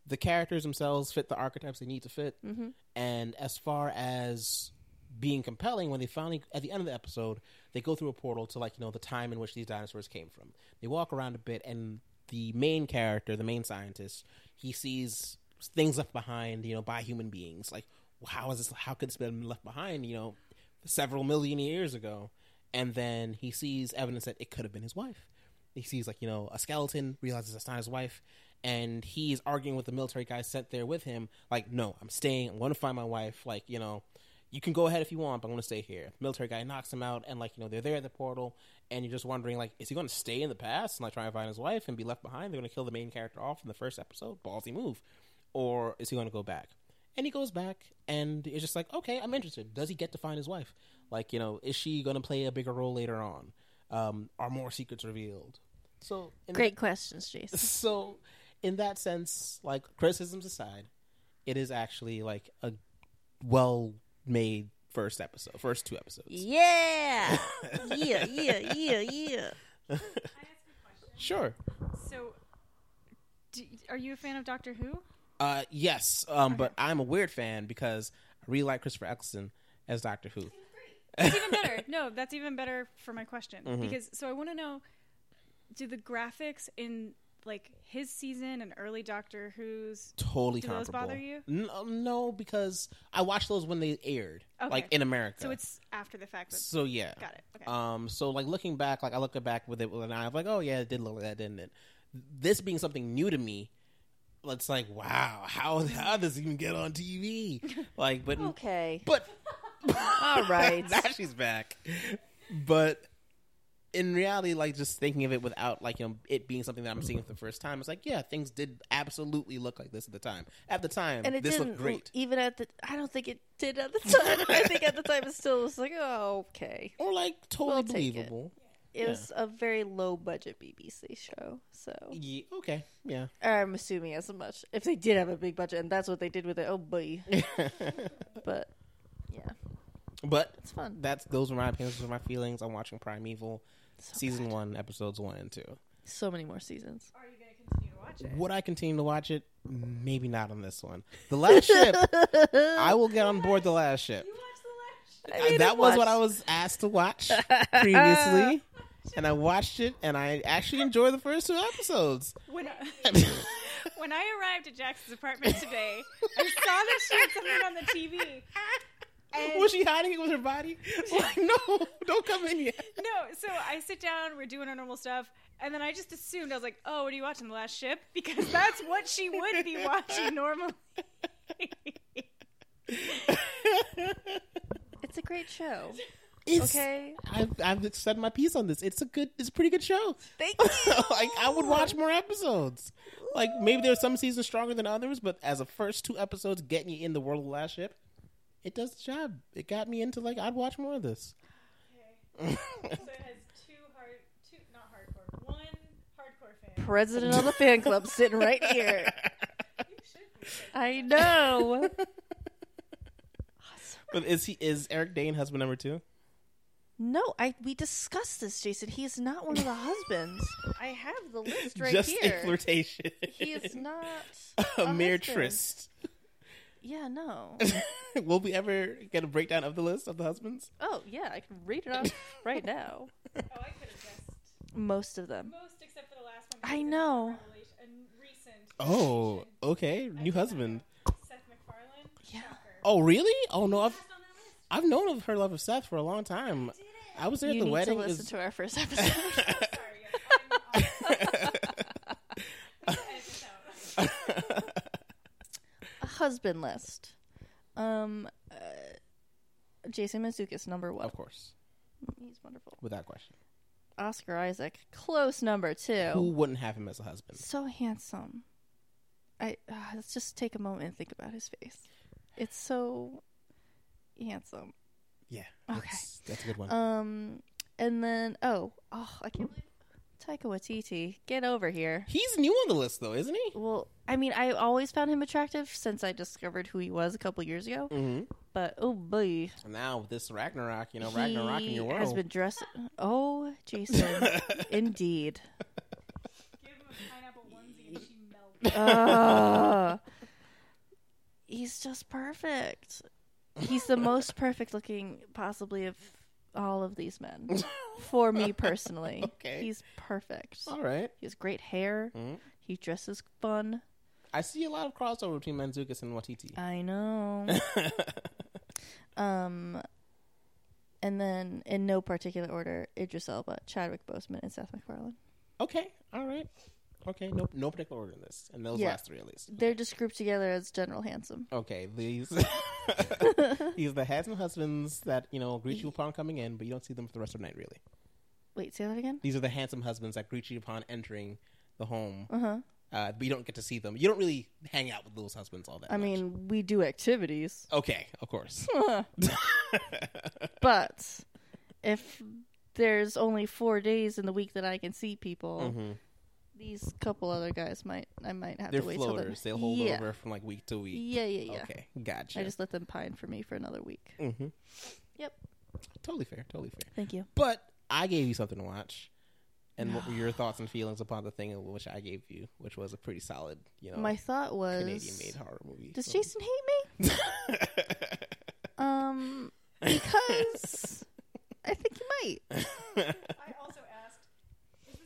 Speaker 2: the characters themselves fit the archetypes they need to fit.
Speaker 1: mm-hmm.
Speaker 2: And as far as being compelling, when they finally, at the end of the episode, they go through a portal to, like, you know, the time in which these dinosaurs came from. They walk around a bit, and the main character, the main scientist, he sees things left behind, you know, by human beings. Like, how is this, how could this have been left behind, you know, several million years ago? And then he sees evidence that it could have been his wife. He sees, like, you know, a skeleton, realizes it's not his wife, and he's arguing with the military guy sent there with him, like, no, I'm staying. I'm going to find my wife. Like, you know, you can go ahead if you want, but I'm going to stay here. Military guy knocks him out, and like, you know, they're there at the portal, and you're just wondering, like, is he going to stay in the past and like try and find his wife and be left behind? They're going to kill the main character off in the first episode, ballsy move, or is he going to go back? And he goes back, and it's just like, okay, I'm interested. Does he get to find his wife? Like, you know, is she going to play a bigger role later on? Um, are more secrets revealed? So in
Speaker 1: Great questions, Jason.
Speaker 2: so in that sense like criticisms aside it is actually like a well made first episode first two episodes
Speaker 1: Yeah, yeah, yeah, yeah, yeah.
Speaker 3: I ask a question?
Speaker 2: sure
Speaker 3: So, do, are you a fan of Doctor Who?
Speaker 2: uh yes um but i'm a weird fan because i really like christopher eccleston as doctor who
Speaker 3: That's even better. No, that's even better for my question because so I want to know: Do the graphics in like his season and early Doctor Who's?
Speaker 2: totally
Speaker 3: Do those
Speaker 2: comparable
Speaker 3: bother you?
Speaker 2: no, no because i watched those when they aired
Speaker 3: Okay.
Speaker 2: like in america
Speaker 3: So it's after the fact. That,
Speaker 2: so yeah
Speaker 3: got it. Okay.
Speaker 2: Um, so like looking back, like I look back with it with an eye of like, oh yeah, it did look like that, didn't it? This being something new to me, it's like, wow, how how does it even get on TV? Like, but
Speaker 1: Okay.
Speaker 2: but
Speaker 1: All right.
Speaker 2: now she's back. But in reality, like just thinking of it without like you know, it being something that I'm seeing for the first time, it's like, yeah, things did absolutely look like this at the time. At the time,
Speaker 1: And it
Speaker 2: this
Speaker 1: didn't
Speaker 2: looked great.
Speaker 1: even at the. I don't think it did at the time. I think at the time it still was like, oh, okay.
Speaker 2: Or like
Speaker 1: We'll
Speaker 2: totally
Speaker 1: take it.
Speaker 2: believable.
Speaker 1: It
Speaker 2: Yeah.
Speaker 1: was a very low budget BBC show, so
Speaker 2: Yeah, okay. Yeah.
Speaker 1: I'm assuming as much. If they did have a big budget, and that's what they did with it, oh boy. but yeah,
Speaker 2: but
Speaker 1: it's fun.
Speaker 2: that's those were my opinions, those were my feelings. I'm watching Primeval
Speaker 1: So,
Speaker 2: season one, episodes one and two.
Speaker 1: so many more seasons.
Speaker 3: are you going to continue to watch it?
Speaker 2: Would I continue to watch it? Maybe not on this one. The last ship, I will get on board. The last ship.
Speaker 3: You watched the last.
Speaker 1: I mean,
Speaker 2: that
Speaker 1: it
Speaker 2: was what I
Speaker 1: was-
Speaker 2: was asked to watch previously, and I watched it, and I actually enjoyed the first two episodes.
Speaker 3: When I, when I arrived at Jackson's apartment today, I saw that she had something on the TV. And
Speaker 2: was she hiding it with her body? Like, no, don't come in yet.
Speaker 3: No, so I sit down, we're doing our normal stuff, and then I just assumed I was like, "Oh, what are you watching? The Last Ship?" Because that's what she would be watching normally.
Speaker 1: It's a great show.
Speaker 2: It's,
Speaker 1: Okay,
Speaker 2: I've, I've said my piece on this. It's a good, it's a pretty good show.
Speaker 1: thank you.
Speaker 2: like I would watch more episodes. Like maybe there's some seasons stronger than others, but as a first two episodes getting you in the world of Last Ship, it does the job. It got me into like I'd watch more of this.
Speaker 3: So it has two hard, two not hardcore, one hardcore fan.
Speaker 1: President of the fan club sitting right here.
Speaker 3: You should be.
Speaker 1: I know.
Speaker 2: But is he is Eric Dane husband number two?
Speaker 1: No, I we discussed this, Jason. He is not one of the husbands. I have the list right
Speaker 2: Just
Speaker 1: here.
Speaker 2: a flirtation.
Speaker 1: He is not
Speaker 2: a mere
Speaker 1: husband.
Speaker 2: tryst.
Speaker 1: Yeah, no.
Speaker 2: Will we ever get a breakdown of the list of the husbands?
Speaker 1: Oh yeah, I can read it off right now.
Speaker 3: Oh, I could have guessed
Speaker 1: Most of them.
Speaker 3: most except for the last one.
Speaker 1: I know.
Speaker 3: Revelation- A recent.
Speaker 2: Oh,
Speaker 3: revelation.
Speaker 2: okay, new husband.
Speaker 3: Seth MacFarlane.
Speaker 1: Yeah.
Speaker 3: Shocker.
Speaker 2: Oh, really? Oh no, I've
Speaker 3: Last on that list.
Speaker 2: I've known of her love of Seth for a long time. I was there at
Speaker 1: you
Speaker 2: the
Speaker 1: need
Speaker 2: wedding.
Speaker 1: to
Speaker 2: It
Speaker 1: listen
Speaker 2: was-
Speaker 1: to our first episode.
Speaker 3: Sorry, guys. I'm off. Edit this out.
Speaker 1: A husband list. Um, uh, Jason Mazukis number one.
Speaker 2: of course,
Speaker 1: He's wonderful.
Speaker 2: without question.
Speaker 1: Oscar Isaac, close number two.
Speaker 2: Who wouldn't have him as a husband?
Speaker 1: so handsome. I uh, let's just take a moment and think about his face. It's so handsome.
Speaker 2: Yeah.
Speaker 1: Okay.
Speaker 2: That's, that's a good one.
Speaker 1: Um, and then oh, oh, I can't believe Taika Waititi. Get over here.
Speaker 2: He's new on the list though, isn't he?
Speaker 1: Well, I mean, I always found him attractive since I discovered who he was a couple years ago.
Speaker 2: Mm-hmm.
Speaker 1: But oh boy,
Speaker 2: Now with this Ragnarok, you know, Ragnarok in
Speaker 1: he
Speaker 2: your
Speaker 1: has
Speaker 2: world.
Speaker 1: been dressed. Oh, Jason, indeed.
Speaker 3: Give him a pineapple onesie and she melts.
Speaker 1: Ugh. he's just perfect. He's the most perfect looking, possibly, of all of these men. For me personally,
Speaker 2: Okay.
Speaker 1: he's perfect.
Speaker 2: All right.
Speaker 1: He has great hair.
Speaker 2: Mhm.
Speaker 1: He dresses fun.
Speaker 2: I see a lot of crossover between Manzukis and Watiti.
Speaker 1: I know. um, and then, in no particular order, Idris Elba, Chadwick Boseman, and Seth MacFarlane.
Speaker 2: okay. All right. Okay. No, no particular order in this, and those
Speaker 1: Yeah.
Speaker 2: last three at least.
Speaker 1: They're just grouped together as General Handsome.
Speaker 2: Okay. These. these the handsome husbands that you know greet you upon coming in, but you don't see them for the rest of the night really.
Speaker 1: Wait, say that again.
Speaker 2: These are the handsome husbands that greet you upon entering the home,
Speaker 1: Uh huh.
Speaker 2: uh, but you don't get to see them. You don't really hang out with those husbands all that.
Speaker 1: I
Speaker 2: much.
Speaker 1: mean, we do activities.
Speaker 2: okay, of course.
Speaker 1: But if there's only four days in the week that I can see people,
Speaker 2: Mhm.
Speaker 1: these couple other guys might I might have
Speaker 2: They're
Speaker 1: to wait till then.
Speaker 2: floaters. They'll hold
Speaker 1: yeah.
Speaker 2: over from like week to week.
Speaker 1: Yeah, yeah, yeah.
Speaker 2: Okay, gotcha.
Speaker 1: I just let them pine for me for another week.
Speaker 2: hmm
Speaker 1: Yep.
Speaker 2: Totally fair. Totally fair.
Speaker 1: Thank you.
Speaker 2: But I gave you something to watch. And what were your thoughts and feelings upon the thing which I gave you, which was a pretty solid, you know,
Speaker 1: My thought was
Speaker 2: Canadian-made horror movie?
Speaker 1: Does
Speaker 2: So-
Speaker 1: Jason hate me? Um because I think he might.
Speaker 3: I also asked, is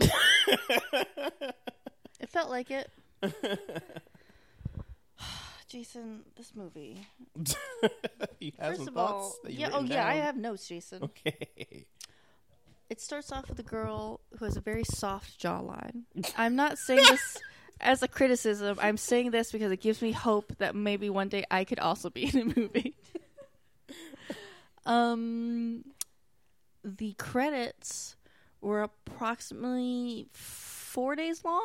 Speaker 3: this a punishment?
Speaker 1: It felt like it. Jason, this movie.
Speaker 2: you have
Speaker 1: First
Speaker 2: some
Speaker 1: of all,
Speaker 2: thoughts that you've
Speaker 1: yeah, oh
Speaker 2: written
Speaker 1: yeah, I
Speaker 2: down?
Speaker 1: have notes, Jason.
Speaker 2: Okay.
Speaker 1: It starts off with a girl who has a very soft jawline. I'm not saying this as a criticism. I'm saying this because it gives me hope that maybe one day I could also be in a movie. um, the credits were approximately four days long,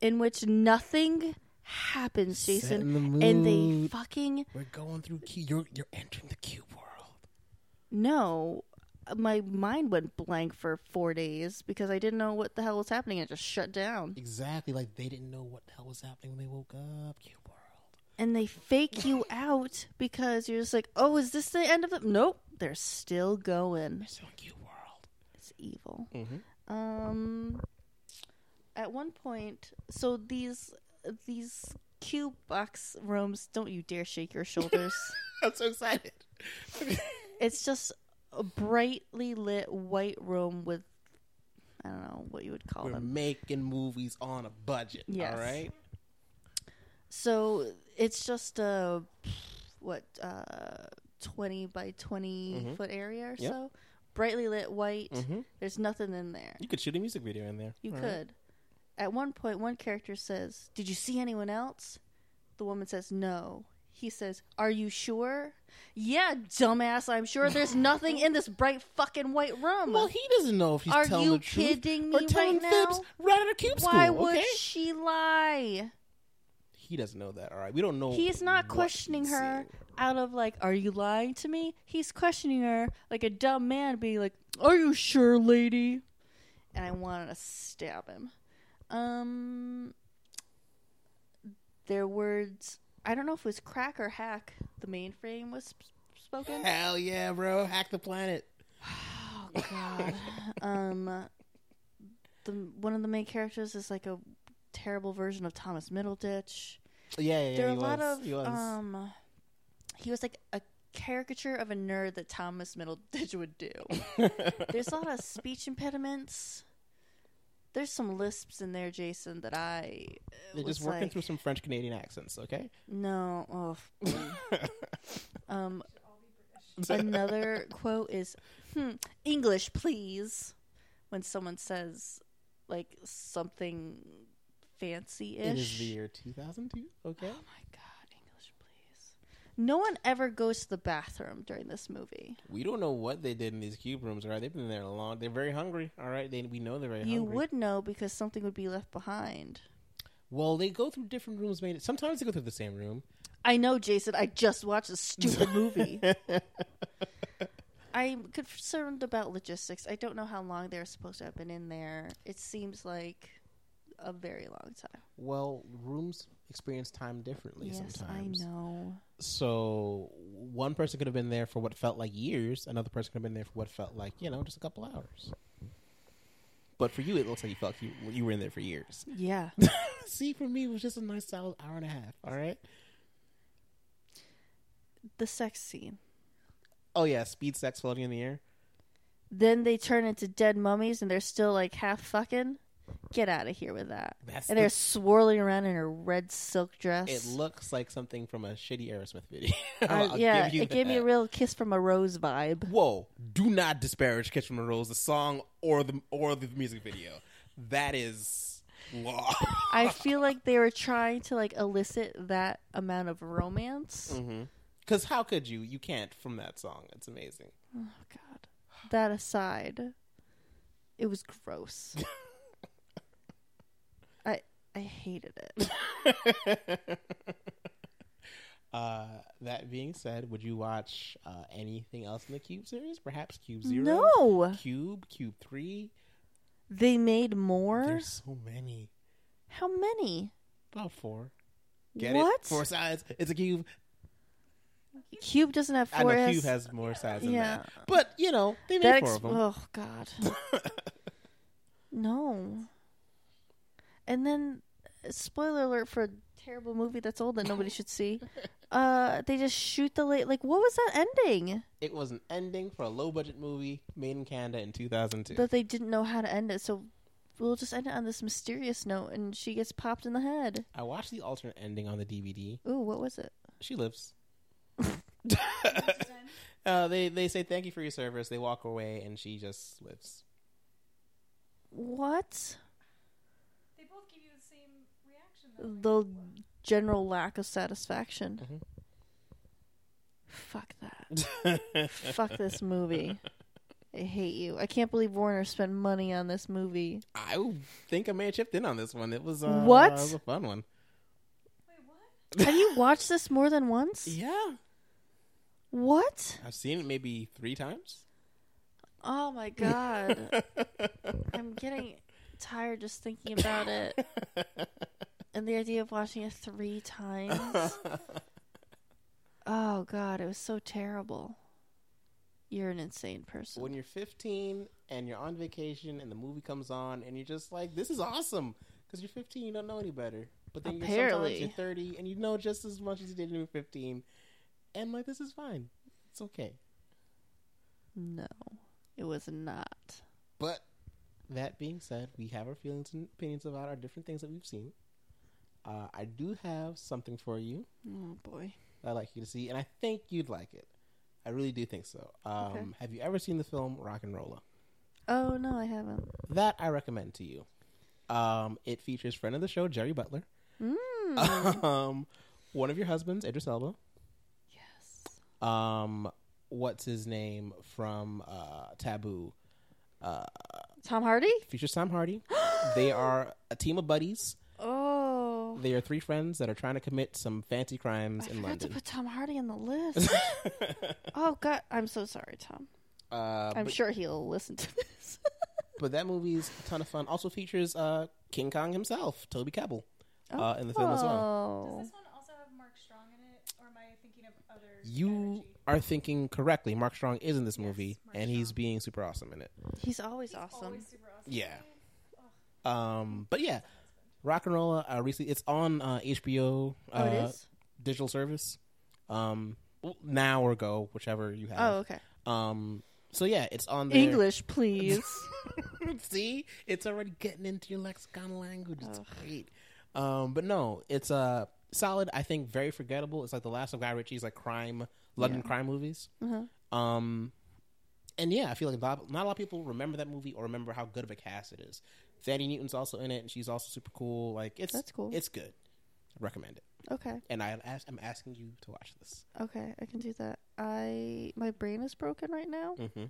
Speaker 1: in which nothing happens, Jason,
Speaker 2: Setting the
Speaker 1: and they
Speaker 2: mood.
Speaker 1: fucking
Speaker 2: We're going through Q. You're you're entering the Q world.
Speaker 1: No, uh, my mind went blank for four days because I didn't know what the hell was happening. It just shut down.
Speaker 2: Exactly. Like they didn't know what the hell was happening when they woke up. Q world.
Speaker 1: And they fake you out because you're just like, oh, is this the end of the? Nope, they're still going.
Speaker 2: So Q world.
Speaker 1: It's evil.
Speaker 2: Mhm.
Speaker 1: Um, at one point, so these these cube box rooms. Don't you dare shake your shoulders.
Speaker 2: I'm so excited.
Speaker 1: it's just a brightly lit white room with, I don't know what you would call
Speaker 2: We're
Speaker 1: them.
Speaker 2: making movies on a budget.
Speaker 1: Yes.
Speaker 2: All right.
Speaker 1: So it's just a what uh, twenty by 20
Speaker 2: Mhm.
Speaker 1: foot area or
Speaker 2: Yep.
Speaker 1: so, brightly lit white.
Speaker 2: Mhm.
Speaker 1: There's nothing in there.
Speaker 2: You could shoot a music video in there.
Speaker 1: Mm-hmm. You
Speaker 2: All right.
Speaker 1: could. At one point, one character says, "Did you see anyone else?" The woman says, "No." He says, "Are you sure?" Yeah, dumbass. I'm sure there's nothing in this bright fucking white room.
Speaker 2: Well, he doesn't know if he's
Speaker 1: Are
Speaker 2: telling
Speaker 1: you
Speaker 2: the truth
Speaker 1: kidding
Speaker 2: or
Speaker 1: me
Speaker 2: telling
Speaker 1: right now?
Speaker 2: fibs right out of cube
Speaker 1: Why
Speaker 2: school.
Speaker 1: would
Speaker 2: okay?
Speaker 1: she lie?
Speaker 2: He doesn't know that. All right. We don't know.
Speaker 1: He's not
Speaker 2: what
Speaker 1: questioning
Speaker 2: he's
Speaker 1: her
Speaker 2: seeing.
Speaker 1: out of like, are you lying to me? He's questioning her like a dumb man, being like, "Are you sure, lady?" And I wanted to stab him. Um, their words. I don't know if it was crack or hack. The mainframe was sp- spoken.
Speaker 2: Hell yeah, bro! Hack the planet.
Speaker 1: Oh god. um, the one of the main characters is like a terrible version of Thomas Middleditch
Speaker 2: Yeah, yeah, yeah.
Speaker 1: there are
Speaker 2: he
Speaker 1: a lot
Speaker 2: was.
Speaker 1: of
Speaker 2: He was.
Speaker 1: um he was like a caricature of a nerd that thomas middleditch would do there's a lot of speech impediments there's some lisps in there jason that i uh,
Speaker 2: They're
Speaker 1: was
Speaker 2: just working
Speaker 1: like,
Speaker 2: through some French Canadian accents, okay?
Speaker 1: no oh, um another quote is hmm, english please when someone says like something fancy-ish
Speaker 2: It is the year 2002, okay?
Speaker 1: Oh my god, English, please. No one ever goes to the bathroom during this movie.
Speaker 2: We don't know what they did in these cube rooms, all right? They've been there a long. They're very hungry, all right? They, we know they're very
Speaker 1: You
Speaker 2: hungry.
Speaker 1: would know because something would be left behind.
Speaker 2: Well, they go through different rooms. Made sometimes they go through the same room.
Speaker 1: I know, Jason. I just watched a stupid movie. I'm concerned about logistics. I don't know how long they're supposed to have been in there. It seems like a very long time.
Speaker 2: well, rooms experience time differently
Speaker 1: yes,
Speaker 2: sometimes.
Speaker 1: I know.
Speaker 2: So one person could have been there for what felt like years. Another person could have been there for what felt like you know just a couple hours. But for you, it looks like you felt like you, you were in there for years.
Speaker 1: Yeah.
Speaker 2: See, for me, it was just a nice solid hour and a half. All right.
Speaker 1: the sex scene.
Speaker 2: Oh yeah, speed sex floating in the air.
Speaker 1: Then they turn into dead mummies and they're still like half fucking. Get out of here with that.
Speaker 2: That's
Speaker 1: and
Speaker 2: the-
Speaker 1: they're swirling around in a red silk dress.
Speaker 2: It looks like something from a shitty Aerosmith video.
Speaker 1: Uh,
Speaker 2: I'll
Speaker 1: yeah,
Speaker 2: give you
Speaker 1: it gave me a
Speaker 2: that.
Speaker 1: real kiss from a rose vibe.
Speaker 2: Whoa! Do not disparage Kiss from a Rose, the song or the or the music video. That is law.
Speaker 1: I feel like they were trying to like elicit that amount of romance.
Speaker 2: Mm. Because Mm-hmm. how could you? You can't from that song. It's amazing.
Speaker 1: Oh god. That aside, it was gross. I I hated it.
Speaker 2: Uh, that being said, would you watch uh, anything else in the Cube series? Perhaps Cube Zero,
Speaker 1: No.
Speaker 2: Cube, Cube Three.
Speaker 1: They made more?
Speaker 2: There's so many.
Speaker 1: How many?
Speaker 2: About four. Get
Speaker 1: What?
Speaker 2: it? Four sides. It's a cube.
Speaker 1: Cube doesn't have
Speaker 2: I
Speaker 1: four
Speaker 2: know
Speaker 1: S.
Speaker 2: cube has more sides than
Speaker 1: Yeah.
Speaker 2: that, but you know they made
Speaker 1: That
Speaker 2: four
Speaker 1: ex-
Speaker 2: of them.
Speaker 1: oh god. no. And then uh, spoiler alert for a terrible movie that's old that nobody should see. Uh they just shoot the late like what was that ending?
Speaker 2: it was an ending for a low budget movie made in Canada in 2002.
Speaker 1: That they didn't know how to end it. So we'll just end it on this mysterious note and she gets popped in the head.
Speaker 2: I watched the alternate ending on the DVD.
Speaker 1: Ooh, what was it?
Speaker 2: She lives. uh, they they say thank you for your service. They walk away and she just lives.
Speaker 1: What?
Speaker 3: They both give you the same reaction. though.
Speaker 1: The general lack of satisfaction.
Speaker 2: Mhm.
Speaker 1: Fuck that. Fuck this movie. I hate you. I can't believe Warner spent money on this movie.
Speaker 2: I think I may have chipped in on this one. It was uh,
Speaker 1: What?
Speaker 2: It was a fun one.
Speaker 3: Wait, what?
Speaker 1: Have you watched this more than once?
Speaker 2: Yeah,
Speaker 1: What?
Speaker 2: I've seen it maybe three times.
Speaker 1: Oh my god. I'm getting tired just thinking about it. And the idea of watching it three times. Oh god, it was so terrible. You're an insane person.
Speaker 2: when you're 15 and you're on vacation and the movie comes on and you're just like, this is awesome because you're 15, you don't know any better. But then you're sometimes
Speaker 1: Apparently.
Speaker 2: you're 30 and you know just as much as you did when you were 15, and like this is fine, it's okay.
Speaker 1: no, it was not.
Speaker 2: But that being said, we have our feelings and opinions about our different things that we've seen. Uh, I do have something for you
Speaker 1: Oh boy.
Speaker 2: that I'd like you to see, and I think you'd like it. I really do think so. Um,
Speaker 1: Okay.
Speaker 2: Have you ever seen the film Rock and Roller?
Speaker 1: Oh no, I haven't.
Speaker 2: That I recommend to you. Um, it features friend of the show Jerry Butler,
Speaker 1: Mm.
Speaker 2: um, one of your husbands Idris Elba,
Speaker 1: yes.
Speaker 2: um, what's his name from uh, Taboo, Uh,
Speaker 1: Tom Hardy?
Speaker 2: features Sam Hardy. they are a team of buddies.
Speaker 1: Oh.
Speaker 2: They are three friends that are trying to commit some fancy crimes
Speaker 1: I
Speaker 2: in
Speaker 1: forgot to
Speaker 2: London.
Speaker 1: put Tom Hardy on the list. oh god, I'm so sorry, Tom.
Speaker 2: uh,
Speaker 1: I'm
Speaker 2: but,
Speaker 1: sure he'll listen to this.
Speaker 2: but that movie's a ton of fun. Also features uh, King Kong himself, Toby Kebbell, uh, in the film as well.
Speaker 1: Oh.
Speaker 3: Does this one also have Mark Strong in it, or am I thinking of other?
Speaker 2: You
Speaker 3: energy?
Speaker 2: are thinking correctly. Mark Strong is in this movie,
Speaker 3: Mark
Speaker 2: and he's
Speaker 3: Strong.
Speaker 2: being super awesome in it.
Speaker 1: He's always
Speaker 3: He's
Speaker 1: awesome.
Speaker 3: always super awesome.
Speaker 2: Yeah. Um, but yeah, Rock and Roll. Uh, recently, it's on uh, HBO
Speaker 1: oh,
Speaker 2: uh,
Speaker 1: it is?
Speaker 2: digital service. Um, well, now or go, whichever you
Speaker 1: Oh,
Speaker 2: have.
Speaker 1: okay.
Speaker 2: Um, so yeah, it's on uh, there.
Speaker 1: English, please.
Speaker 2: See, it's already getting into your lexicon language. It's
Speaker 1: Ugh.
Speaker 2: great. Um, but no, it's uh, solid. I think very forgettable. It's like the last of Guy Ritchie's like crime London crime movies.
Speaker 1: uh-huh.
Speaker 2: Um, and yeah, I feel like not, not a lot of people remember that movie or remember how good of a cast it is. Thady Newton's also in it, and she's also super cool. Like it's
Speaker 1: That's cool.
Speaker 2: It's good. I recommend it.
Speaker 1: Okay.
Speaker 2: And I ask, I'm asking you to watch this.
Speaker 1: Okay, I can do that. I my brain is broken right now.
Speaker 2: Mm-hmm.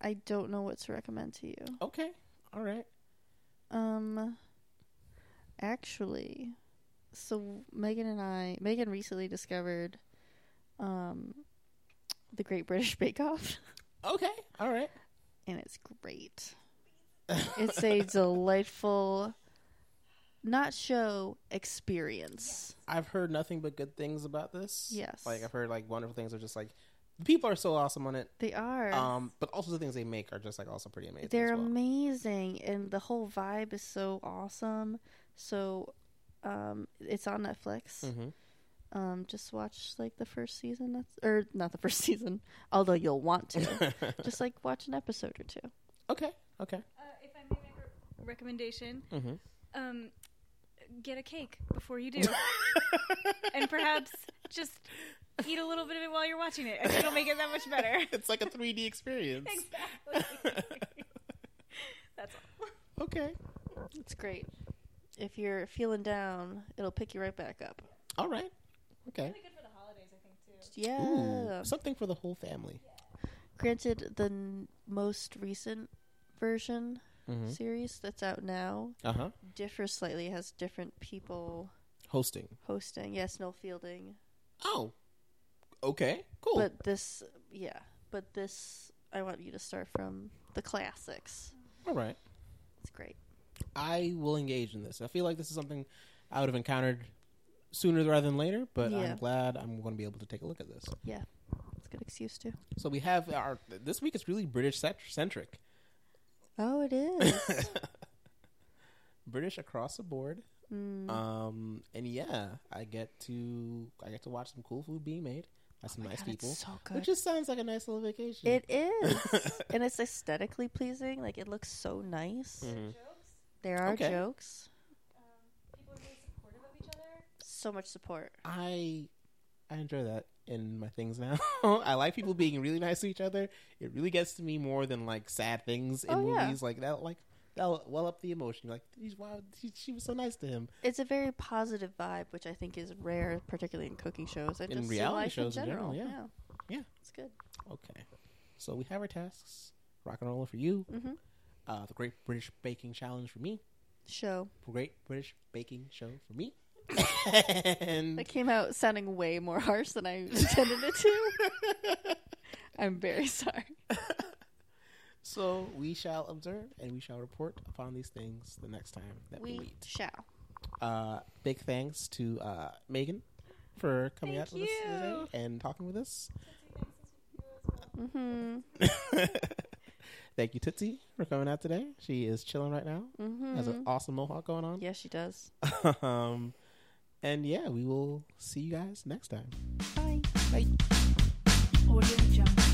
Speaker 1: I don't know what to recommend to you.
Speaker 2: Okay. All right.
Speaker 1: Um actually so Megan and I, Megan recently discovered, um, the Great British Bake Off,
Speaker 2: Okay. All right.
Speaker 1: and it's great. It's a delightful, not show experience.
Speaker 2: I've heard nothing but good things about this.
Speaker 1: Yes.
Speaker 2: Like I've heard like wonderful things. Are just like people are so awesome on it.
Speaker 1: They are.
Speaker 2: Um, but also the things they make are just like also pretty amazing.
Speaker 1: They're
Speaker 2: as well.
Speaker 1: amazing, and the whole vibe is so awesome. So, um, it's on Netflix.
Speaker 2: Mhm.
Speaker 1: Um, just watch like the first season, that's, or not the first season, although you'll want to. just like watch an episode or two.
Speaker 2: Mm-hmm. okay. Okay.
Speaker 3: Uh, if I may make a recommendation,
Speaker 2: Mhm.
Speaker 3: um, get a cake before you do,
Speaker 1: Mm-hmm.
Speaker 3: and perhaps just eat a little bit of it while you're watching it. I think it'll make it that much better.
Speaker 2: It's like a 3D experience.
Speaker 3: exactly. That's all.
Speaker 2: okay.
Speaker 1: It's great. If you're feeling down, it'll pick you right back up.
Speaker 2: All right. Okay.
Speaker 3: Really good for the holidays, I think too.
Speaker 1: Yeah. Um.
Speaker 2: Ooh, something for the whole family.
Speaker 1: Granted, the n- most recent version
Speaker 2: Mhm.
Speaker 1: series that's out now
Speaker 2: Uh huh.
Speaker 1: differs slightly. Has different people
Speaker 2: Hosting.
Speaker 1: hosting. Yes, no fielding.
Speaker 2: Oh. Okay. Cool.
Speaker 1: But this, yeah. But this, I want you to start from the classics.
Speaker 2: All right.
Speaker 1: It's great.
Speaker 2: I will engage in this. I feel like this is something I would have encountered sooner rather than later, but
Speaker 1: Yeah.
Speaker 2: I'm glad I'm going to be able to take a look at this.
Speaker 1: Yeah, it's a good excuse to.
Speaker 2: So we have our this week is really British cent- centric.
Speaker 1: Oh, it is.
Speaker 2: British across the board.
Speaker 1: Mm.
Speaker 2: Um and yeah, I get to I get to watch some cool food being made by some
Speaker 1: Oh my
Speaker 2: nice
Speaker 1: God, it's
Speaker 2: people.
Speaker 1: so
Speaker 2: It
Speaker 1: good.
Speaker 2: just sounds like a nice little vacation.
Speaker 1: It is. and it's aesthetically pleasing. Like it looks so nice.
Speaker 3: Jokes.
Speaker 1: There are
Speaker 2: Mm. Okay.
Speaker 1: jokes.
Speaker 3: Um, people are really supportive of each other.
Speaker 1: So much support.
Speaker 2: I I enjoy that in my things now. I like people being really nice to each other. It really gets to me more than like sad things in
Speaker 1: Oh, yeah.
Speaker 2: movies like that. Like that well up the emotion. You're Like he's wow, she, she was so nice to him.
Speaker 1: It's a very positive vibe, which I think is rare, particularly in cooking shows and
Speaker 2: In
Speaker 1: just
Speaker 2: reality
Speaker 1: life
Speaker 2: shows
Speaker 1: in
Speaker 2: in
Speaker 1: general.
Speaker 2: general, yeah.
Speaker 1: yeah.
Speaker 2: Yeah.
Speaker 1: It's good.
Speaker 2: Okay, so we have our tasks. Rock and roll for you.
Speaker 1: Mhm.
Speaker 2: Uh, the Great British Baking Challenge for me.
Speaker 1: Show
Speaker 2: Great British Baking Show for me. and
Speaker 1: that came out sounding way more harsh than I intended it to. I'm very sorry.
Speaker 2: so we shall observe and we shall report upon these things the next time that we,
Speaker 1: We
Speaker 2: meet.
Speaker 1: shall.
Speaker 2: uh, big thanks to uh, Megan for coming
Speaker 3: Thank
Speaker 2: out with us today
Speaker 3: you.
Speaker 2: and talking with us.
Speaker 1: Mm-hmm.
Speaker 2: Thank you, Tootsie, for coming out today. She is chilling right now. Has
Speaker 3: Mm-hmm.
Speaker 2: an awesome mohawk going on.
Speaker 1: Yes, Mm-hmm. she does.
Speaker 2: um, and yeah, we will see you guys next time.
Speaker 1: Bye.
Speaker 4: Audio Jungle.